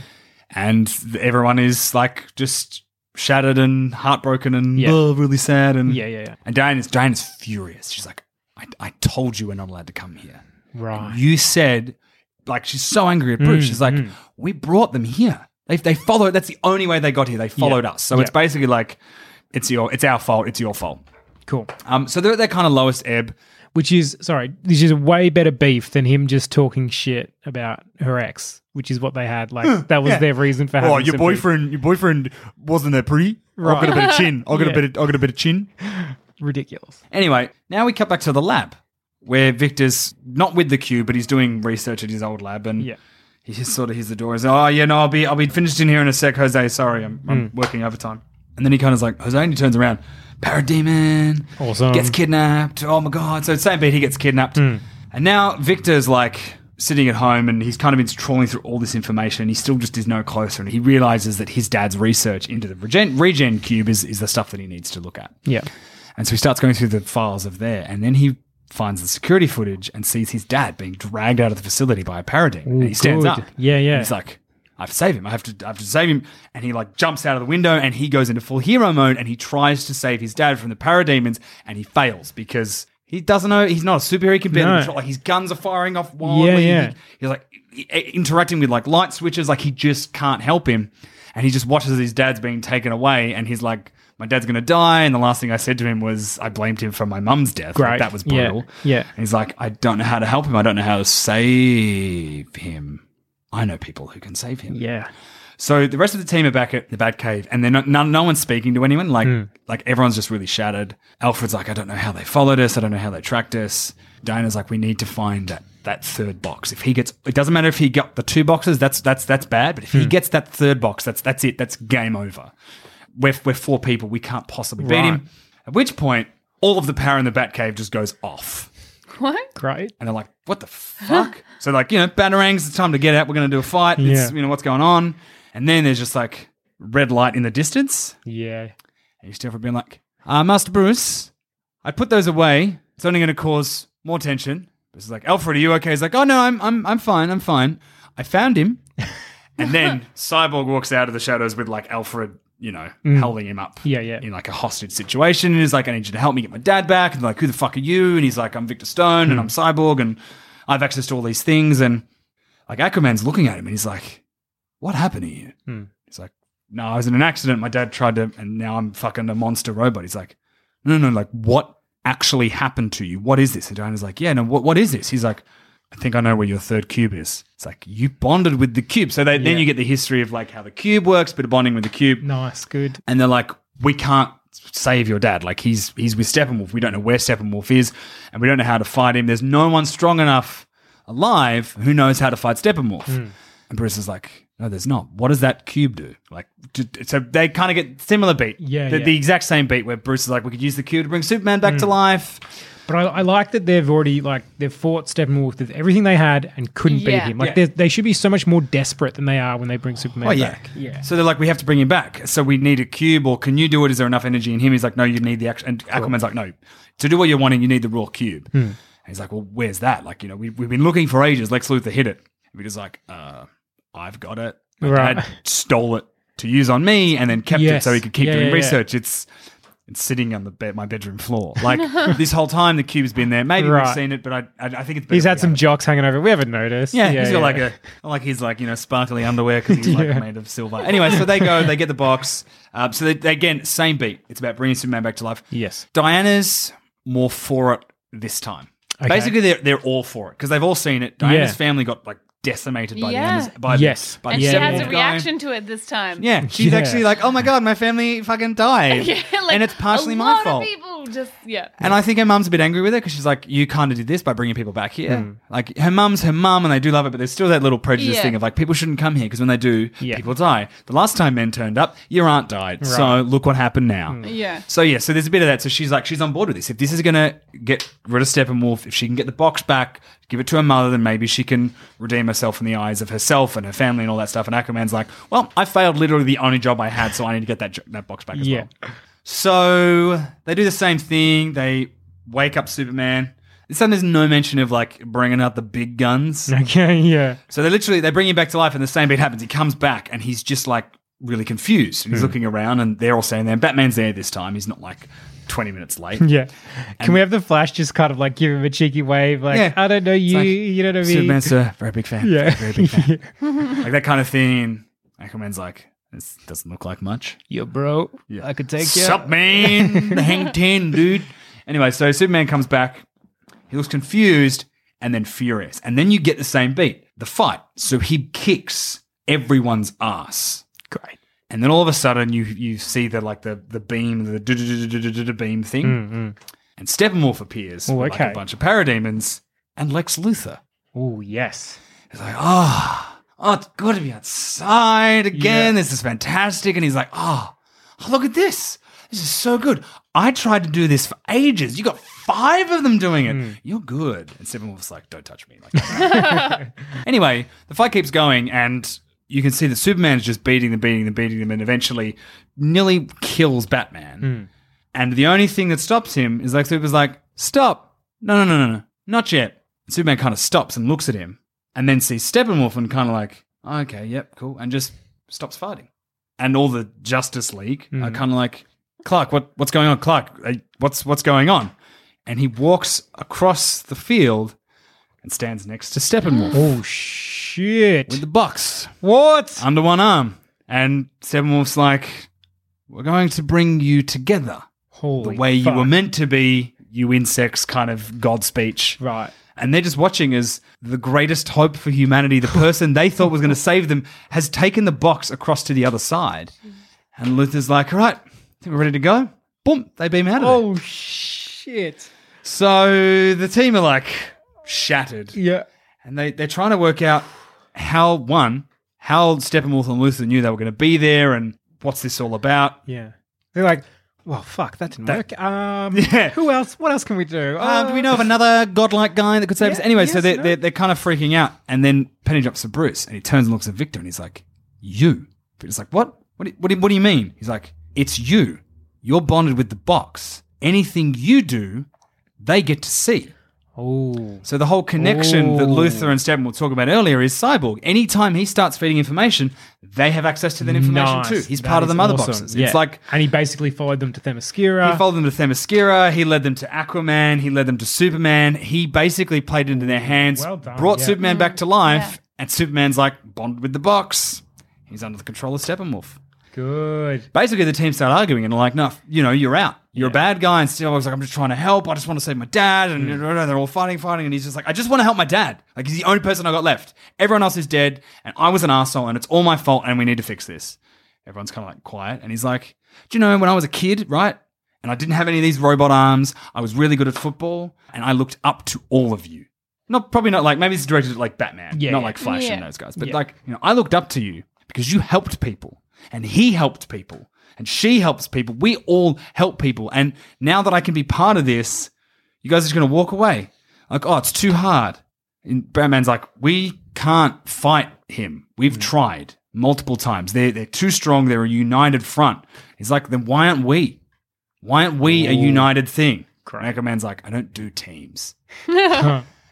S2: and th- everyone is like just shattered and heartbroken and
S4: Yeah.
S2: "Oh, really sad. And
S4: Yeah, yeah, yeah.
S2: And Diane is Diane is furious. She's like, I, "I told you we're not allowed to come here.
S4: Right. Mm,
S2: You said like she's so angry at Bruce. she's like, we brought them here. They they followed. That's the only way they got here. They followed us. So it's
S4: Yeah.
S2: basically like." It's your, it's our fault. It's your fault.
S4: Cool.
S2: Um, so they're at their kind of lowest ebb.
S4: Which is, sorry, this is a way better beef than him just talking shit about her ex, which is what they had. Like, that was
S2: yeah.
S4: their reason for having
S2: Oh, your
S4: some beef.
S2: boyfriend, your boyfriend wasn't that pretty. I got a bit of chin. I got a
S4: Yeah.
S2: bit. Of, I got a bit of chin.
S4: Ridiculous.
S2: Anyway, now we cut back to the lab where Victor's not with the cube, but he's doing research at his old lab, and
S4: Yeah.
S2: he just sort of hears the door. He's oh yeah, no, I'll be I'll be finished in here in a sec, Jose. Sorry, I'm, I'm working overtime. And then he kind of like Jose, and he turns around. Parademon
S4: Awesome.
S2: gets kidnapped. Oh my god! So same beat, he gets kidnapped, and now Victor's like sitting at home, and he's kind of been trawling through all this information. He still just is no closer, and he realizes that his dad's research into the regen, regen cube is is the stuff that he needs to look at.
S4: Yeah.
S2: And so he starts going through the files of there, and then he finds the security footage and sees his dad being dragged out of the facility by a paradine. and
S4: Ooh,
S2: he stands
S4: good.
S2: up.
S4: Yeah, yeah.
S2: And he's like, I have to save him. I have to, I have to save him. And he like jumps out of the window and he goes into full hero mode and he tries to save his dad from the parademons and he fails because he doesn't know. He's not a superhero. He can barely
S4: No.
S2: control. Like his guns are firing off wildly.
S4: yeah.
S2: He- he's like i- i- interacting with like light switches. Like he just can't help him. And he just watches his dad's being taken away and he's like, my dad's going to die. And the last thing I said to him was, I blamed him for my mum's death. Like,
S4: Great.
S2: that was
S4: Yeah.
S2: brutal.
S4: Yeah.
S2: And he's like, I don't know how to help him. I don't know how to save him. I know people who can save him.
S4: Yeah.
S2: So the rest of the team are back at the Batcave, and they're not, no, no one's speaking to anyone. Like, like everyone's just really shattered. Alfred's like, I don't know how they followed us. I don't know how they tracked us. Diana's like, we need to find that that third box. If he gets, it doesn't matter if he got the two boxes. That's that's that's bad. But if he gets that third box, that's that's it. That's game over. We're we're four people. We can't possibly beat
S4: Right.
S2: him. At which point, all of the power in the Batcave just goes off.
S3: What?
S4: Great.
S2: And they're like, what the fuck? so like, you know, batarangs, it's time to get out. We're going to do a fight. It's,
S4: Yeah.
S2: you know, what's going on? And then there's just like red light in the distance.
S4: Yeah.
S2: And you still have been like, uh, Master Bruce, I put those away. It's only going to cause more tension. This is like, Alfred, are you okay? He's like, oh no, I'm, I'm, I'm fine. I'm fine. I found
S4: (laughs)
S2: him. and then Cyborg walks out of the shadows with like Alfred, you know, holding him up
S4: Mm. Yeah, yeah.
S2: in like a hostage situation and is like, I need you to help me get my dad back. And they're like, who the fuck are you? And he's like, I'm Victor Stone
S4: Hmm.
S2: and I'm Cyborg and I have access to all these things. And like Aquaman's looking at him and he's like, what happened to you? He's like, no, I was in an accident. My dad tried to, and now I'm fucking a monster robot. He's like, no, no, no, like what actually happened to you? What is this? And Diana's like, yeah, no, what, what is this? He's like, I think I know where your third cube is. It's like you bonded with the cube. So they, then
S4: Yeah.
S2: you get the history of like how the cube works, bit of bonding with the cube
S4: Nice. Good.
S2: and they're like, we can't save your dad. Like he's he's with Steppenwolf. We don't know where Steppenwolf is, and we don't know how to fight him. There's no one strong enough alive who knows how to fight Steppenwolf.
S4: Hmm.
S2: And Bruce is like, no, there's not. What does that cube do? Like, d- d- so they kind of get similar beat.
S4: Yeah,
S2: the,
S4: yeah. Hmm.
S2: the exact same beat where Bruce is like, we could use the cube to bring Superman back to life.
S4: But I, I like that they've already like they've fought Steppenwolf with everything they had and couldn't beat
S3: Yeah.
S4: him. Like
S2: Yeah.
S4: they they should be so much more desperate than they are when they bring Superman
S2: Oh yeah.
S4: back. Yeah.
S2: So they're like, we have to bring him back. So we need a cube, or can you do it? Is there enough energy in him? He's like, no, you need the action. And Aquaman's like, no, to do what you're wanting, you need the raw cube.
S4: Hmm.
S2: And he's like, well, where's that? Like, you know, we, we've been looking for ages. Lex Luthor hid it. And we're just like, uh, I've got it. My
S4: Right.
S2: dad stole it to use on me, and then kept
S4: Yes.
S2: it so he could keep
S4: Yeah,
S2: doing
S4: yeah, yeah.
S2: research. It's it's sitting on the bed, my bedroom floor.
S4: (laughs)
S2: Like this whole time, the cube's been there. Maybe we've
S4: Right.
S2: seen it, but I I, I think it's better
S4: He's
S2: if
S4: had
S2: we
S4: some
S2: haven't.
S4: jocks hanging over. We haven't noticed.
S2: Yeah, he's got like a like he's like you know sparkly underwear because he's like
S4: (laughs) Yeah.
S2: made of silver. Anyway, so they go, they get the box. Um, so they, they- again, same beat. It's about bringing Superman back to life.
S4: Yes. (laughs)
S2: Diana's more for it this time.
S4: Okay.
S2: Basically, they're they're all for it because they've all seen it. Diana's
S4: Yeah.
S2: family got like decimated by
S3: Yeah.
S2: the Amaz- by
S4: Yes.
S2: the, by
S3: And
S2: the
S3: she has
S2: Steppenwolf
S3: a
S2: guy.
S3: reaction to it this time.
S2: Yeah, she's
S4: Yeah.
S2: actually like, oh my god, my family fucking died,
S3: (laughs) Yeah, like,
S2: and it's partially
S3: a
S2: my
S3: lot
S2: fault.
S3: Of people just yeah.
S2: And I think her mum's a bit angry with her because she's like, you kind of did this by bringing people back here. Like, her mum's her mum and they do love it, but there's still that little prejudice
S3: Yeah.
S2: thing of like, people shouldn't come here because when they do,
S4: Yeah.
S2: people die. The last time men turned up, your aunt died. So look what happened now.
S3: Yeah.
S2: So, yeah, so there's a bit of that. So she's like, she's on board with this. If this is going to get rid of Steppenwolf, if she can get the box back, give it to her mother, then maybe she can redeem herself in the eyes of herself and her family and all that stuff. And Aquaman's like, well, I failed literally the only job I had, so I need to get that, jo- that box back as
S4: Yeah.
S2: well. So they do the same thing. They wake up Superman. This time there's no mention of like bringing out the big guns.
S4: Okay. Yeah.
S2: So they literally they bring him back to life, and the same beat happens. He comes back, and he's just like really confused.
S4: Hmm.
S2: And he's looking around, and they're all standing there. And Batman's there this time. He's not like 20 minutes late.
S4: (laughs) Yeah. Can we have the Flash just kind of like give him a cheeky wave? Like
S2: Yeah.
S4: I don't know
S2: It's
S4: you.
S2: like,
S4: you know what I mean?
S2: Superman's a very big fan.
S4: (laughs) Yeah.
S2: very big fan. like that kind of thing. Aquaman's like, this doesn't look like much.
S4: Yo, bro. I could take you.
S2: Sup, man? Hang ten, dude. Anyway, so Superman comes back. He looks confused and then furious. And then you get the same beat the fight. So he kicks everyone's ass.
S4: Great.
S2: And then all of a sudden, you you see the like the the beam, the du-du-du-du-du-du-du beam thing, and Steppenwolf appears
S4: Oh,
S2: with like
S4: okay.
S2: a bunch of parademons and Lex Luthor.
S4: Oh yes.
S2: He's like, oh, oh, it's good to be outside again. This is fantastic. And he's like, oh, look at this. This is so good. I tried to do this for ages. You got five of them doing it. You're good. And Steppenwolf's like, don't touch me. Like, (laughs) anyway, the fight keeps going, and you can see that Superman's just beating them, beating them, beating them, and eventually nearly kills Batman. And the only thing that stops him is like Superman's like, stop. No, no, no, no, no. Not yet. And Superman kind of stops and looks at him and then sees Steppenwolf and kind of like, okay, yep, cool. And just stops fighting. And all the Justice League are
S4: Mhm.
S2: kind of like, Clark, what, what's going on? Clark, uh, what's, what's going on? And he walks across the field and stands next to Steppenwolf.
S4: Oh, shit.
S2: With the Um, box.
S4: What?
S2: Under one arm. And Steppenwolf's like, we're going to bring you together
S4: Holy
S2: the way
S4: fuck.
S2: you were meant to be, you insects kind of God speech.
S4: Right.
S2: And they're just watching as the greatest hope for humanity, the person they thought
S4: (laughs)
S2: was going to save them, has taken the box across to the other side. And Luther's like, all right, I think we're ready to go. Boom, they beam out of it.
S4: Oh, shit.
S2: So the team are like shattered.
S4: Yeah.
S2: And they, they're trying to work out how, one, how Steppenwolf and Luther knew they were going to be there and what's this all about. (laughs)
S4: Yeah. They're like, well, fuck, that didn't work.
S2: (laughs)
S4: Um,
S2: Yeah.
S4: Who else? What else can we do? Uh,
S2: Um, do we know of another godlike guy that could save us?
S4: Yeah,
S2: Anyway, so
S4: yes,
S2: they're,
S4: no.
S2: they're, they're kind of freaking out. And then Penny jumps to Bruce and he turns and looks at Victor and he's like, You. Victor's like, What? What do, what, do, what do you mean? He's like, It's you. You're bonded with the box. Anything you do, they get to see.
S4: Oh.
S2: So the whole connection that
S4: Ooh.
S2: Luther and Stabman were talking about earlier is Cyborg. Anytime he starts feeding information, they have access to that information
S4: Nice.
S2: too. He's
S4: That
S2: part of the
S4: is
S2: mother
S4: awesome.
S2: boxes.
S4: Yeah.
S2: It's like
S4: and he basically followed them to Themyscira.
S2: he followed them to Themyscira. He led them to Aquaman. He led them to Superman. He basically played into their hands,
S4: Well done,
S2: brought
S4: yeah.
S2: Superman back to life, and Superman's like bonded with the box. He's under the control of Steppenwolf.
S4: Good.
S2: Basically, the team start arguing and are like, "No, you know, you're out. You're a bad guy." And Steppenwolf's like, "I'm just trying to help. I just want to save my dad." And
S4: Hmm.
S2: they're all fighting, fighting, and he's just like, "I just want to help my dad. Like he's the only person I got left. Everyone else is dead, and I was an asshole, and it's all my fault, and we need to fix this." Everyone's kind of like quiet, and he's like, "Do you know when I was a kid, right? And I didn't have any of these robot arms. I was really good at football, and I looked up to all of you. Not probably not like maybe it's directed at like Batman,
S4: Yeah,
S2: not
S4: yeah.
S2: like Flash and
S3: Yeah.
S2: those guys, but
S4: Yeah.
S2: like you know, I looked up to you because you helped people, and he helped people, and she helps people. We all help people, and now that I can be part of this, you guys are just going to walk away. Like, oh, it's too hard. And Batman's like, we can't fight him. We've tried multiple times. They're, they're too strong. They're a united front. He's like, then why aren't we? Why aren't we a united thing? And Aquaman's like, I don't do
S4: (laughs)
S2: teams. (laughs)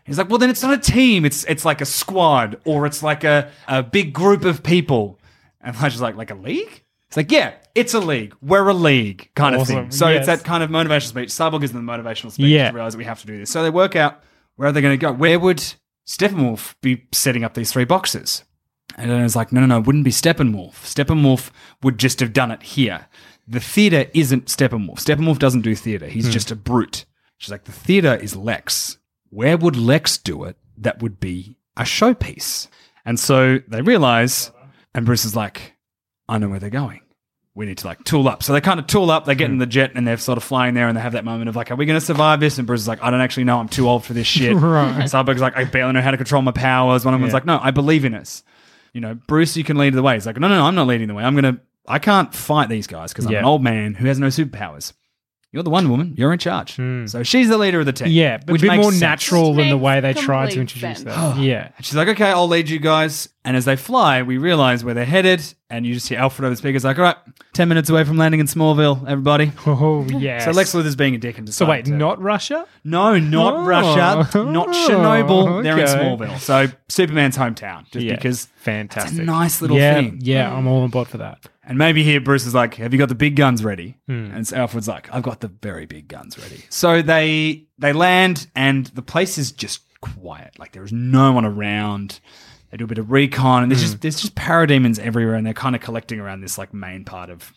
S2: He's like, well, then it's not a team. It's it's like a squad or it's like a, a big group of people. And Flash is like, like a league? It's like, yeah, it's a league. We're a league kind
S4: Awesome.
S2: of thing. So it's
S4: Yes.
S2: that kind of motivational speech. Cyborg gives them the motivational speech
S4: Yeah.
S2: to realize that we have to do this. So they work out where are they going to go? Where would Steppenwolf be setting up these three boxes? And then it's like, no, no, no, it wouldn't be Steppenwolf. Steppenwolf would just have done it here. The theater isn't Steppenwolf. Steppenwolf doesn't do theater. He's just a brute. She's like, the theater is Lex. Where would Lex do it? That would be a showpiece. And so they realize, and Bruce is like, I know where they're going. We need to like tool up. So they kind of tool up. They get
S4: Hmm.
S2: in the jet and they're sort of flying there, and they have that moment of like, "Are we going to survive this?" And Bruce is like, "I don't actually know. I'm too old for
S4: (laughs)
S2: this shit."
S4: Right.
S2: Cyborg's like, "I barely know how to control my powers." One of them's
S4: Yeah.
S2: like, "No, I believe in us." You know, Bruce, you can lead the way. He's like, "No, no, no, I'm not leading the way. I'm gonna. I can't fight these guys because I'm
S4: Yeah.
S2: an old man who has no superpowers. You're the Wonder Woman. You're in charge. So she's the leader of the team.
S4: Hmm. Yeah, but
S2: which
S4: a bit
S2: makes
S4: more
S2: sense.
S4: natural
S3: Which
S4: than the
S3: makes
S4: way they tried to
S3: complete
S4: introduce
S2: (gasps)
S3: sense.
S4: that. yeah.
S2: And she's like, okay, I'll lead you guys. And as they fly, we realize where they're headed. And you just hear Alfred over the speakers like, all right, 10 minutes away from landing in Smallville, everybody.
S3: (laughs)
S4: Oh, yeah.
S2: So Lex uh, Luthor's being a dick and
S4: So wait,
S2: decided to-
S4: not Russia?
S2: No, not
S4: Oh.
S2: Russia,
S4: (laughs)
S2: not Chernobyl. They're in
S4: Okay.
S2: Smallville. So Superman's hometown, just because it's
S4: fantastic.
S2: a nice little
S4: yeah,
S2: thing.
S4: Yeah, I'm all on board for that.
S2: And maybe here Bruce is like, "Have you got the big guns ready?"
S4: Hmm.
S2: And so Alfred's like, "I've got the very big guns ready." So they they land, and the place is just quiet. Like there is no one around. They do a bit of recon, and there's
S4: Hmm.
S2: just there's just parademons everywhere, and they're kind of collecting around this like main part of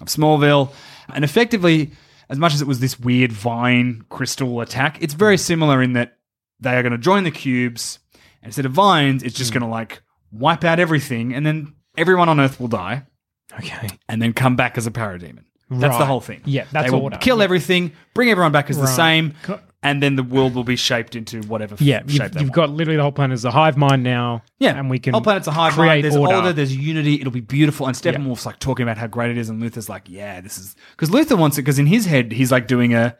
S2: of Smallville, and effectively. As much as it was this weird vine crystal attack, it's
S4: Hmm.
S2: very similar in that they are going to join the cubes. and Instead of vines, it's just
S4: Hmm.
S2: going to like wipe out everything, and then everyone on Earth will die
S4: Okay.
S2: and then come back as a parademon. That's the
S4: Right.
S2: whole thing.
S4: Yeah, that's
S2: they will
S4: order.
S2: kill
S4: Yeah.
S2: everything, bring everyone back as the
S4: Right.
S2: same,
S4: Co-
S2: and then the world will be shaped into whatever f-
S4: Yeah,
S2: shape
S4: you've,
S2: they
S4: you've
S2: want.
S4: got literally the whole planet is a hive mind now.
S2: yeah,
S4: and we can
S2: whole planet's a hive
S4: create
S2: mind. There's
S4: order.
S2: order, there's unity. It'll be beautiful. And Steppenwolf's like talking about how great it is, and Luther's like, yeah, this is because Luther wants it because in his head he's like doing a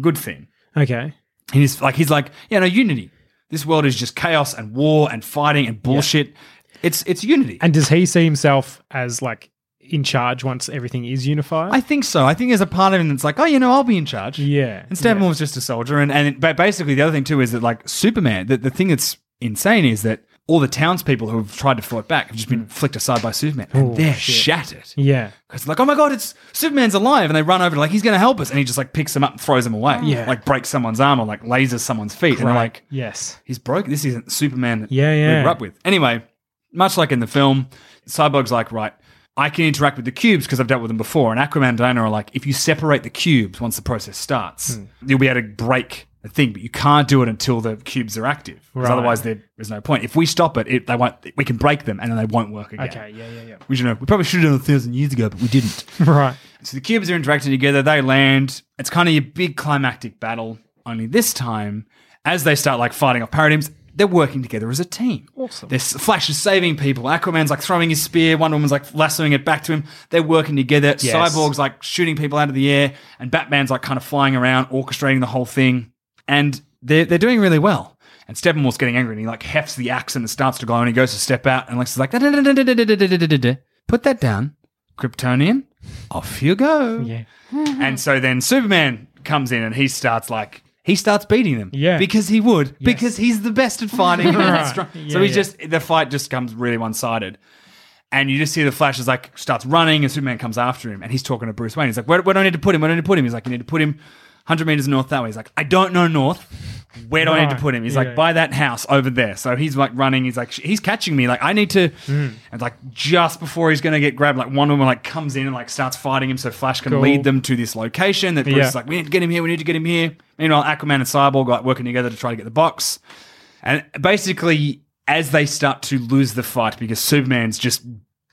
S2: good thing.
S4: okay,
S2: And he's like, he's like, yeah, no unity. This world is just chaos and war and fighting and bullshit. It's it's unity.
S4: and does he see himself as like in charge once everything is unified?
S2: I think so. I think there's a part of him that's like, oh, you know, I'll be in charge.
S4: Yeah.
S2: And Steppenwolf's just a soldier. And, and it- but basically, the other thing, too, is that, like, Superman, the, the thing that's insane is that all the townspeople who have tried to fight back have just been flicked aside by Superman.
S4: Oh,
S2: and they're
S4: Mm. shit.
S2: shattered.
S4: yeah.
S2: Because, like, oh my God, it's Superman's alive. And they run over, like, he's going to help us. And he just, like, picks them up and throws them away.
S4: Yeah.
S2: Like, breaks someone's arm or, like, lasers someone's feet. And they're
S4: Right.
S2: like,
S4: yes.
S2: he's broke. This isn't Superman that
S4: Yeah, yeah.
S2: we grew up with. Anyway, much like in the film, Cyborg's like, right, I can interact with the cubes because I've dealt with them before. And Aquaman and Diana are like, if you separate the cubes once the process
S4: Hmm.
S2: starts, you'll be able to break the thing, but you can't do it until the cubes are active. 'Cause
S4: Right.
S2: otherwise there is no point. If we stop it, it they won't we can break them and then they won't work again.
S4: Okay. Yeah. Yeah. Yeah.
S2: Which you know, we probably should have done a thousand years ago, but we didn't.
S4: (laughs) Right.
S2: So the cubes are interacting together. They land. It's kind of your big climactic battle. Only this time, as they start like fighting off paradigms, they're working together as a team. Awesome. There's Flash is saving people. Aquaman's like throwing his spear. Wonder Woman's like lassoing it back to him. They're working together.
S4: Yes.
S2: Cyborg's like shooting people out of the air, and Batman's like kind of flying around, orchestrating the whole thing. And they're they're doing really well. And Steppenwolf's getting angry and he like hefts the axe and it starts to glow and he goes to step out and Lex is like, "Da-da-da-da-da-da-da-da-da-da-da. put that down, Kryptonian, off you go.
S4: Yeah.
S2: And so then Superman comes in and he starts like he starts beating them.
S4: Yeah.
S2: Because he would. Because he's the best at
S4: (laughs)
S2: fighting. and
S4: Right.
S2: he's strong.
S4: Yeah,
S2: so he
S4: yeah.
S2: just the fight just comes really one sided. And you just see the Flash is like starts running and Superman comes after him and he's talking to Bruce Wayne. He's like, Where, where do I need to put him? Where do I need to put him? He's like, You need to put him hundred meters north that way. He's like, I don't know north. Where do I need to
S4: Right.
S2: put him? He's
S4: Yeah,
S2: like,
S4: yeah.
S2: by that house over there. So he's like running. He's like, "Sh- he's catching me. Like I need to.
S4: Hmm.
S2: And like just before he's gonna get grabbed, like one woman like comes in and like starts fighting him. So Flash can
S4: Cool.
S2: lead them to this location. That Bruce
S4: Yeah.
S2: is like, we need to get him here. We need to get him here. Meanwhile, Aquaman and Cyborg are like, working together to try to get the box. And basically, as they start to lose the fight because Superman's just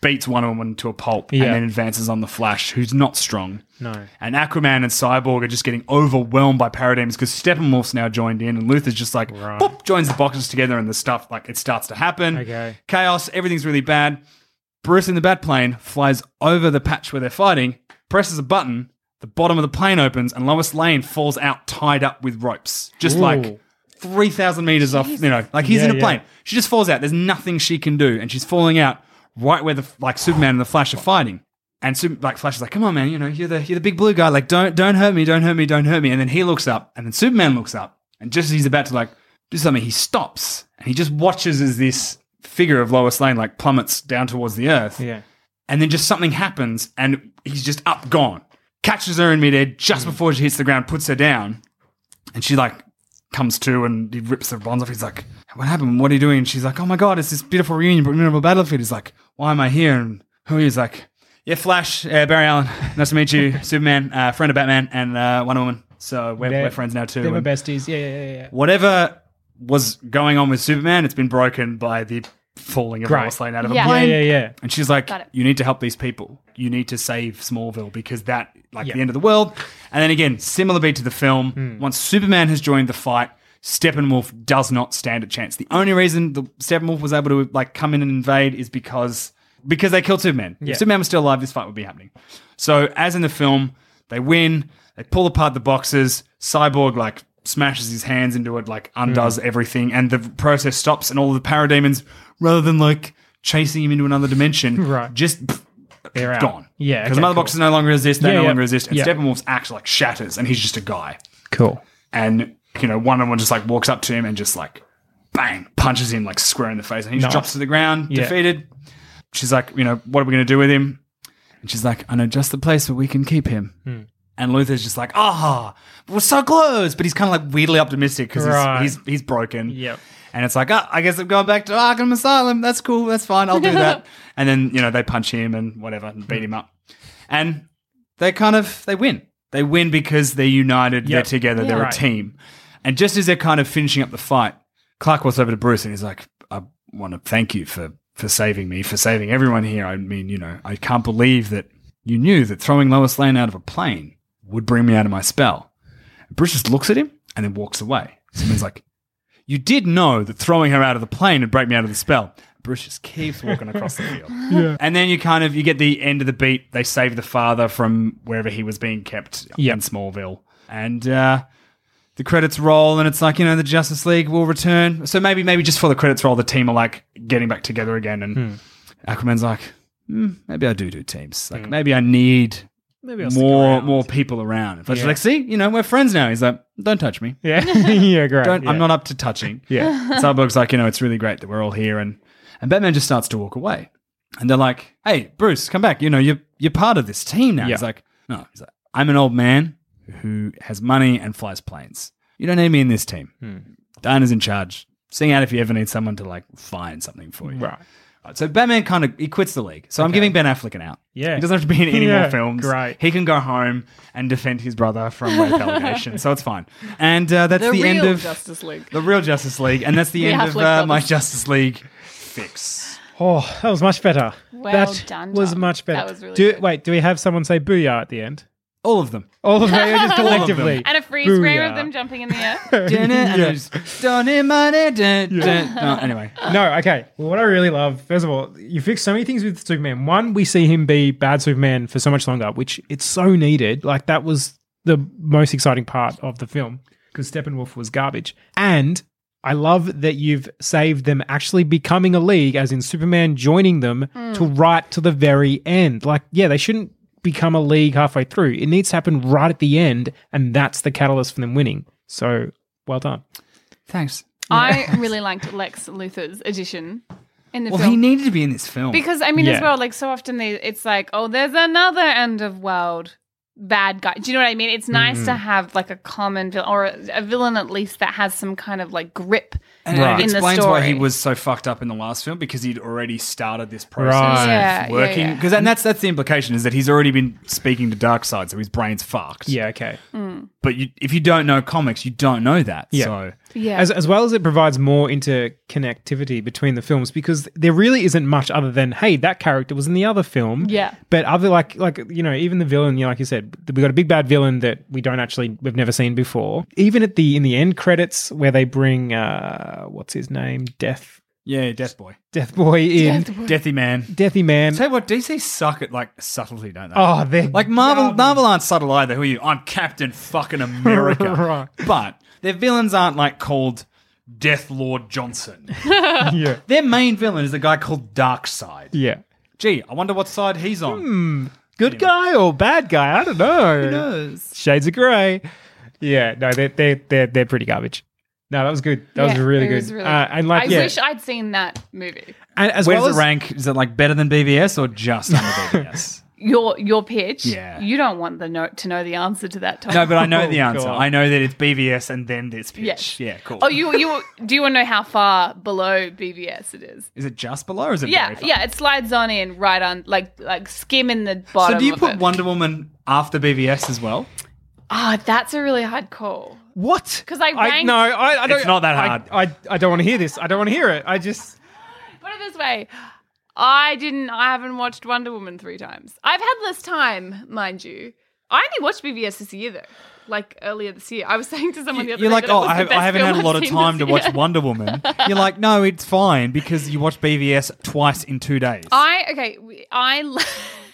S2: beats one woman to a pulp
S4: Yeah.
S2: and then advances on the Flash, who's not strong.
S4: No.
S2: And Aquaman and Cyborg are just getting overwhelmed by paradigms because Steppenwolf's now joined in, and Luther's just like,
S4: Right.
S2: boop, joins the boxes together, and the stuff like it starts to happen.
S4: Okay.
S2: Chaos, everything's really bad. Bruce in the Batplane flies over the patch where they're fighting, presses a button, the bottom of the plane opens, and Lois Lane falls out tied up with ropes, just
S4: Ooh.
S2: like three thousand meters off. You know, like he's
S4: Yeah,
S2: in a plane.
S4: yeah.
S2: She just falls out. There's nothing she can do, and she's falling out right where the like Superman and the Flash are fighting. And Super, like Flash is like, "Come on, man! You know you're the you're the big blue guy. Like don't don't hurt me, don't hurt me, don't hurt me." And then he looks up, and then Superman looks up, and just as he's about to like do something, he stops and he just watches as this figure of Lois Lane like plummets down towards the earth
S4: Yeah.
S2: and then just something happens and he's just up gone catches her in midair
S4: Hmm.
S2: just before she hits the ground puts her down and she like comes to and he rips her bonds off he's like what happened what are you doing and she's like oh my god it's this beautiful reunion but memorable battlefield he's like why am i here and who are you he's like yeah flash uh, barry allen nice to meet
S4: (laughs)
S2: you superman uh, friend of batman and uh, one woman so we're,
S4: They're-
S2: we're friends now too
S4: They were
S2: And-
S4: besties. Yeah. Yeah. Yeah. yeah.
S2: whatever was going on with superman it's been broken by the falling of
S4: Great.
S2: Lois Lane out of a
S3: Yeah.
S4: Yeah.
S2: plane
S4: Yeah. Yeah.
S2: and she's like,
S3: Got it.
S2: "You need to help these people. You need to save Smallville because that, like,
S4: Yeah. Hmm.
S2: the end of the world." And then again, similar beat to the film. Once Superman has joined the fight, Steppenwolf does not stand a chance. The only reason the Steppenwolf was able to like come in and invade is because because they killed Superman.
S4: Yeah.
S2: If Superman was still alive, this fight would be happening. So, as in the film, they win. They pull apart the boxes. Cyborg like smashes his hands into it, like undoes
S4: Hmm.
S2: everything, and the process stops. And all the parademons, rather than like chasing him into another dimension,
S4: Right.
S2: just pff,
S4: They're out.
S2: gone.
S4: Yeah,
S2: because
S4: okay,
S2: mother
S4: cool.
S2: boxes no longer exist. They
S4: Yeah,
S2: no
S4: yeah.
S2: longer exist, and
S4: Yeah.
S2: Steppenwolf's act like shatters, and he's just a guy.
S4: Cool.
S2: And you know, Wonder Woman just like walks up to him and just like bang punches him like square in the face, and he
S4: Nice.
S2: just drops to the ground,
S4: Yeah.
S2: defeated. She's like, you know, what are we going to do with him? And she's like, I know just the place where we can keep him.
S4: Hmm.
S2: And Luther's just like, ah, we're so close. But he's kind of like weirdly optimistic because
S4: Right.
S2: he's, he's he's broken.
S4: Yep.
S2: And it's like, ah, I guess I'm going back to Arkham Asylum. That's cool. That's fine. I'll do
S4: (laughs)
S2: that. and then you know they punch him and whatever and beat him up, and they kind of they win. They win because they're united.
S4: Yep.
S2: They're together. They're
S4: Right.
S2: a team. And just as they're kind of finishing up the fight, Clark walks over to Bruce and he's like, I want to thank you for, for saving me, for saving everyone here. I mean, you know, I can't believe that you knew that throwing Lois Lane out of a plane would bring me out of my spell. Bruce just looks at him and then walks away. Superman's like, You did know that throwing her out of the plane would break me out of the spell. Bruce just keeps walking across the field. And then you kind of you get the end of the beat. They save the father from wherever he was being kept
S4: Yep.
S2: in Smallville. And uh, the credits roll and it's like you know the justice league will return so maybe maybe just for the credits roll the team are like getting back together again and aquaman's like mm, maybe I do do teams. Like maybe I need
S4: Maybe I'll stick
S2: more more people around. If I just
S4: Yeah.
S2: like, see, you know, we're friends now. He's like, don't touch me.
S4: (laughs)
S2: (laughs)
S4: Yeah, yeah, great.
S2: Don't,
S4: yeah.
S2: I'm not up to touching.
S4: (laughs) Yeah.
S2: Cyborg's like, you know, it's really great that we're all here, and and Batman just starts to walk away, and they're like, hey, Bruce, come back. You know, you're you're part of this team now.
S4: Yeah.
S2: He's like, no, he's like, I'm an old man who has money and flies planes. You don't need me in this team.
S4: Hmm.
S2: Diana's in charge. Sing out if you ever need someone to like find something for you.
S4: Right.
S2: Right, So Batman kind of he quits the league. So I'm giving Ben Affleck an out.
S4: Yeah.
S2: he doesn't have to be in
S4: (laughs)
S2: any
S4: Yeah,
S2: more films.
S4: great.
S2: he can go home and defend his brother from rape
S3: (laughs)
S2: allegations. So it's fine. And uh, that's the, end of
S3: Justice League.
S2: the real Justice League, and that's the,
S3: (laughs) The
S2: end of
S3: Affleck
S2: uh, my
S3: brothers.
S2: Justice League fix.
S4: Oh, that was much better.
S3: Well
S4: that
S3: done,
S4: was
S3: Tom.
S4: much better.
S3: That was really
S4: do,
S3: good.
S4: Wait, do we have someone say booyah at the end?
S2: All of them.
S4: All
S3: (laughs)
S4: of them, just
S2: All of them.
S4: collectively.
S3: And a freeze frame
S4: Booyah.
S3: of them jumping in
S2: (laughs)
S3: the air. (laughs)
S2: Dun- and
S4: Yeah.
S2: just, Donny money. dun- dun. No, anyway,
S4: No, okay. Well, what I really love, first of all, you fix so many things with Superman. One, we see him be bad Superman for so much longer, which it's so needed. Like that was the most exciting part of the film because Steppenwolf was garbage. And I love that you've saved them actually becoming a league, as in Superman joining them to right to the very end. Like, yeah, they shouldn't become a league halfway through. It needs to happen right at the end, and that's the catalyst for them winning. So well done.
S2: thanks. (laughs)
S3: I really liked Lex Luthor's addition in the
S2: Well,
S3: film.
S2: he needed to be in this film
S3: Because I mean,
S4: Yeah.
S3: as well, like so often they, it's like, oh, there's another end of world bad guy. Do you know what I mean? It's nice to
S2: Mm-hmm.
S3: have like a common villain or a, a villain at least that has some kind of like grip
S2: and
S4: Right.
S2: it
S3: in the
S2: explains
S3: story.
S2: why he was so fucked up in the last film because he'd already started this process
S4: Right.
S2: of
S3: Yeah, yeah,
S2: working.
S3: yeah.
S2: Because and that's that's the implication is that he's already been speaking to Darkseid, so his brain's fucked.
S4: Yeah, okay.
S2: But you, if you don't know comics, you don't know that.
S4: Yeah.
S2: So
S3: yeah.
S4: As, as well as it provides more interconnectivity between the films because there really isn't much other than hey that character was in the other film
S3: Yeah.
S4: but other like like you know even the villain you know, like you said we got a big bad villain that we don't actually we've never seen before even at the in the end credits where they bring uh what's his name death
S2: yeah, Death Boy,
S4: death boy in
S2: Deathy Man.
S4: deathy man
S2: Tell you what, DC suck at like subtlety, don't they?
S4: oh they're
S2: Like (laughs) Marvel, Marvel aren't subtle either. Who are you? I'm Captain Fucking
S4: (laughs)
S2: America. But their villains aren't like called Death Lord
S4: (laughs)
S2: Johnson.
S4: yeah
S2: their main villain is a guy called Darkseid.
S4: yeah Hmm.
S2: Gee, I wonder what side he's on.
S4: good guy or bad guy i don't know
S2: knows?
S4: Shades of Grey. Yeah, no, they're they they're, they're pretty garbage. No, that was good. That was
S3: Yeah,
S4: really
S3: it
S4: good.
S3: was really
S4: uh,
S3: good.
S4: and like,
S3: I
S4: yeah,
S3: wish I'd seen that movie.
S4: and as
S2: Where
S4: well
S2: does
S4: as
S2: it rank? Is it like better than BVS or just under
S4: (laughs)
S2: BVS?
S3: Your your pitch.
S2: Yeah.
S3: You don't want the no- to know the answer to that topic.
S2: No, but I know
S4: Oh,
S2: the answer.
S4: God.
S2: I know that it's BVS and then this
S3: Yeah.
S2: pitch. Yeah, cool.
S3: Oh, you you do you want to know how far below BBS it is?
S2: is it just below or is it
S3: Yeah,
S2: very far?
S3: yeah, it slides on in right on like like skim in the bottom.
S2: So do you
S3: of
S2: put
S3: it.
S2: Wonder Woman after BVS as well?
S3: Ah, that's a really hard call.
S4: what?
S3: 'Cause I ranked-
S4: no, I, I don't.
S2: It's not that
S4: I-
S2: hard.
S4: I, I, don't want to hear this. I don't want to hear it. I just
S3: Put it this way. I didn't I haven't watched Wonder Woman three times. I've had less time, mind you. I only watched BVS this year though. Like earlier this year. I was (laughs) saying to someone the other
S2: You're
S3: day
S2: like,
S3: that it
S2: oh,
S3: was
S2: I,
S3: the
S2: have,
S3: best
S2: I haven't
S3: film
S2: had a
S3: I've
S2: lot of
S3: seen
S2: time
S3: this
S2: to watch
S3: year.
S2: Wonder Woman. You're like, no, it's fine because you watch BVS twice in two days.
S3: I okay, we- I lo-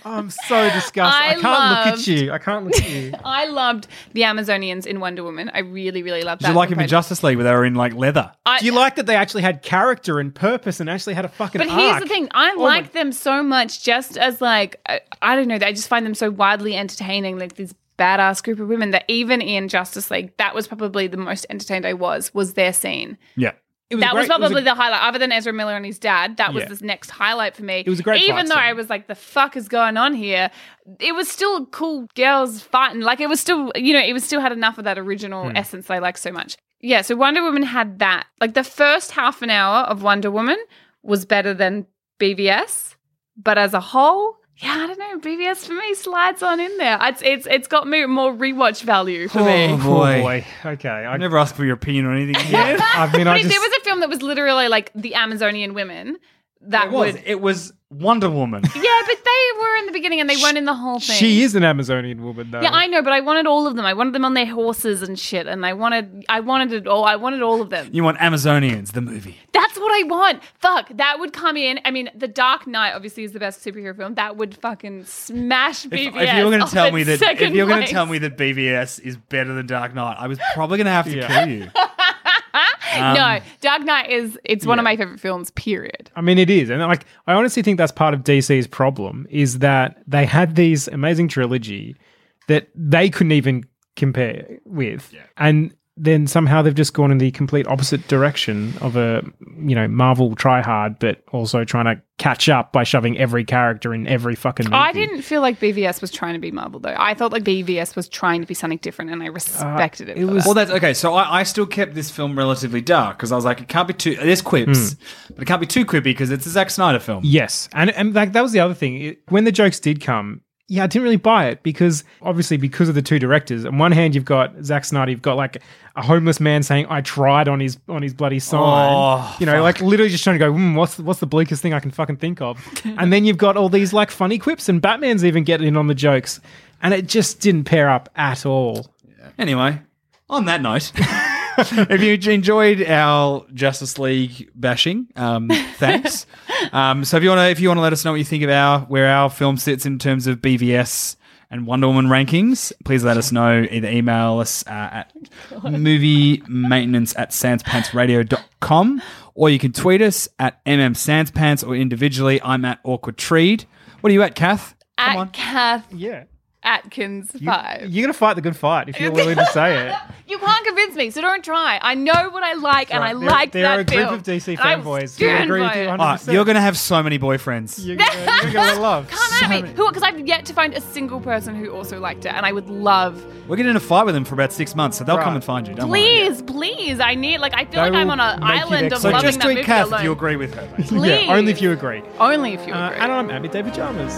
S2: Oh.
S4: I'm so disgusted.
S3: (laughs)
S4: I,
S3: I
S4: can't look at
S3: loved-
S4: you. I can't look
S3: (laughs)
S4: at you.
S3: I loved the Amazonians in Wonder Woman. I really, really loved
S2: Did
S3: that.
S2: you like him in
S3: compared-
S2: Justice League where they were in like leather?
S3: I-
S4: Do you like that they actually had character and purpose and actually had a fucking?
S3: But here's
S4: arc?
S3: the thing: I
S4: Oh my-
S3: like them so much, just as like I, I don't know, I just find them so wildly entertaining. Like this badass group of women that even in Justice League, that was probably the most entertained I was. Was their scene?
S2: Yeah.
S4: It was
S3: that was
S4: great. It
S3: probably
S4: a-
S3: the highlight, other than Ezra Miller and his dad. That was
S4: Yeah.
S3: the next highlight for me. It
S4: was a great
S3: even
S4: fight
S3: though
S4: scene.
S3: I was like, "The fuck is going on here?" It was still cool girls fighting. Like it was still, you know, it was still had enough of that original
S4: Hmm.
S3: essence I like so much. Yeah, so Wonder Woman had that. Like the first half an hour of Wonder Woman was better than BVS, but as a whole. Yeah, I don't know. BVS for me slides on in there. It's it's it's got mo- more rewatch value for me.
S2: Oh,
S4: Oh
S2: boy.
S4: boy.
S3: (laughs)
S4: Okay. I,
S2: I never asked for your opinion on anything.
S4: Yeah. I mean,
S3: but
S4: I
S3: if
S4: just.
S3: there was a film that was literally like the Amazonian women, that
S2: It was.
S3: would.
S2: It was Wonder Woman.
S3: Yeah, but they were in the beginning and they weren't in the whole thing.
S4: she is an Amazonian woman, though.
S3: Yeah, I know, but I wanted all of them. I wanted them on their horses and shit, and I wanted, I wanted it all. I wanted all of them.
S2: you want Amazonians, the movie.
S3: That's what I want. Fuck, that would come in. I mean, The Dark Knight obviously is the best superhero film. That would fucking smash BBS.
S2: If, if you were going
S3: off
S2: to tell
S3: its
S2: me that, if
S3: second
S2: you were going to
S3: place.
S2: tell me that BVS is better than Dark Knight, I was probably going to have to
S4: Yeah.
S2: kill you. um,
S3: no, Dark Knight is it's one of my favorite films. Period.
S4: I mean, it is, and like I honestly think that's part of DC's problem is that they had these amazing trilogy that they couldn't even compare with, and then somehow they've just gone in the complete opposite direction of a you know Marvel tryhard, but also trying to catch up by shoving every character in every fucking. Movie.
S3: I didn't feel like BVS was trying to be Marvel though. I thought like BVS was trying to be something different, and I
S4: Uh,
S3: respected it. for that.
S2: well. That's okay. So I, I still kept this film relatively dark because I was like, it can't be too. There's quips, but it can't be too quippy because it's a Zack Snyder film.
S4: Yes, and and like that was the other thing. It, when the jokes did come, yeah, I didn't really buy it because obviously because of the two directors. On one hand, you've got Zack Snyder, you've got like a homeless man saying "I tried" on his on his bloody sign.
S2: Oh,
S4: you know, like literally just trying to go, mm, "What's what's the bleakest thing I can fucking think (laughs) of?" and then you've got all these like funny quips, and Batman's even getting in on the jokes, and it just didn't pair up at all.
S2: Anyway, on that note, if you enjoyed our Justice League bashing, um, thanks. um, so if you want to, if you want to let us know what you think of our where our film sits in terms of BVS and Wonder Woman rankings, please let us know. Either email us uh, at movie maintenance at sanspantsradio.com or you can tweet us at mm sanspants or individually. I'm at awkward treed. What are you at, Kath? Come on.
S3: At Kath
S4: Yeah,
S3: Atkins five.
S4: you're gonna fight the good fight if you're willing to say it.
S3: You can't convince me, so don't try. I know what I like, and I
S4: Right, there-
S3: like
S4: there
S3: that
S4: are a group
S3: film,
S4: of DC
S3: and I
S4: fanboys who
S3: stand
S4: agree with
S3: by
S4: you
S3: it.
S4: 100%.
S2: Ah, you're going to have so many boyfriends.
S4: (laughs) You're gonna, you're
S3: (laughs)
S4: gonna love.
S3: Come at me. Who? Because I've yet to find a single person who also liked it, and I would love.
S2: We're getting in a fight with them for about six months, so they'll come and find you. Don't worry.
S3: Please, please, I need. Like, I feel
S4: They
S3: like I'm
S4: will
S3: on an
S4: make you
S3: island
S4: next
S3: of
S2: So
S3: loving
S2: just
S3: that
S2: tweet
S3: movie
S2: Kath
S3: alone.
S2: if you agree with her. mate.
S3: Please.
S4: (laughs) Yeah, only if you agree.
S3: Only if you
S4: Uh,
S3: agree.
S4: and I'm Abby David Jarvis.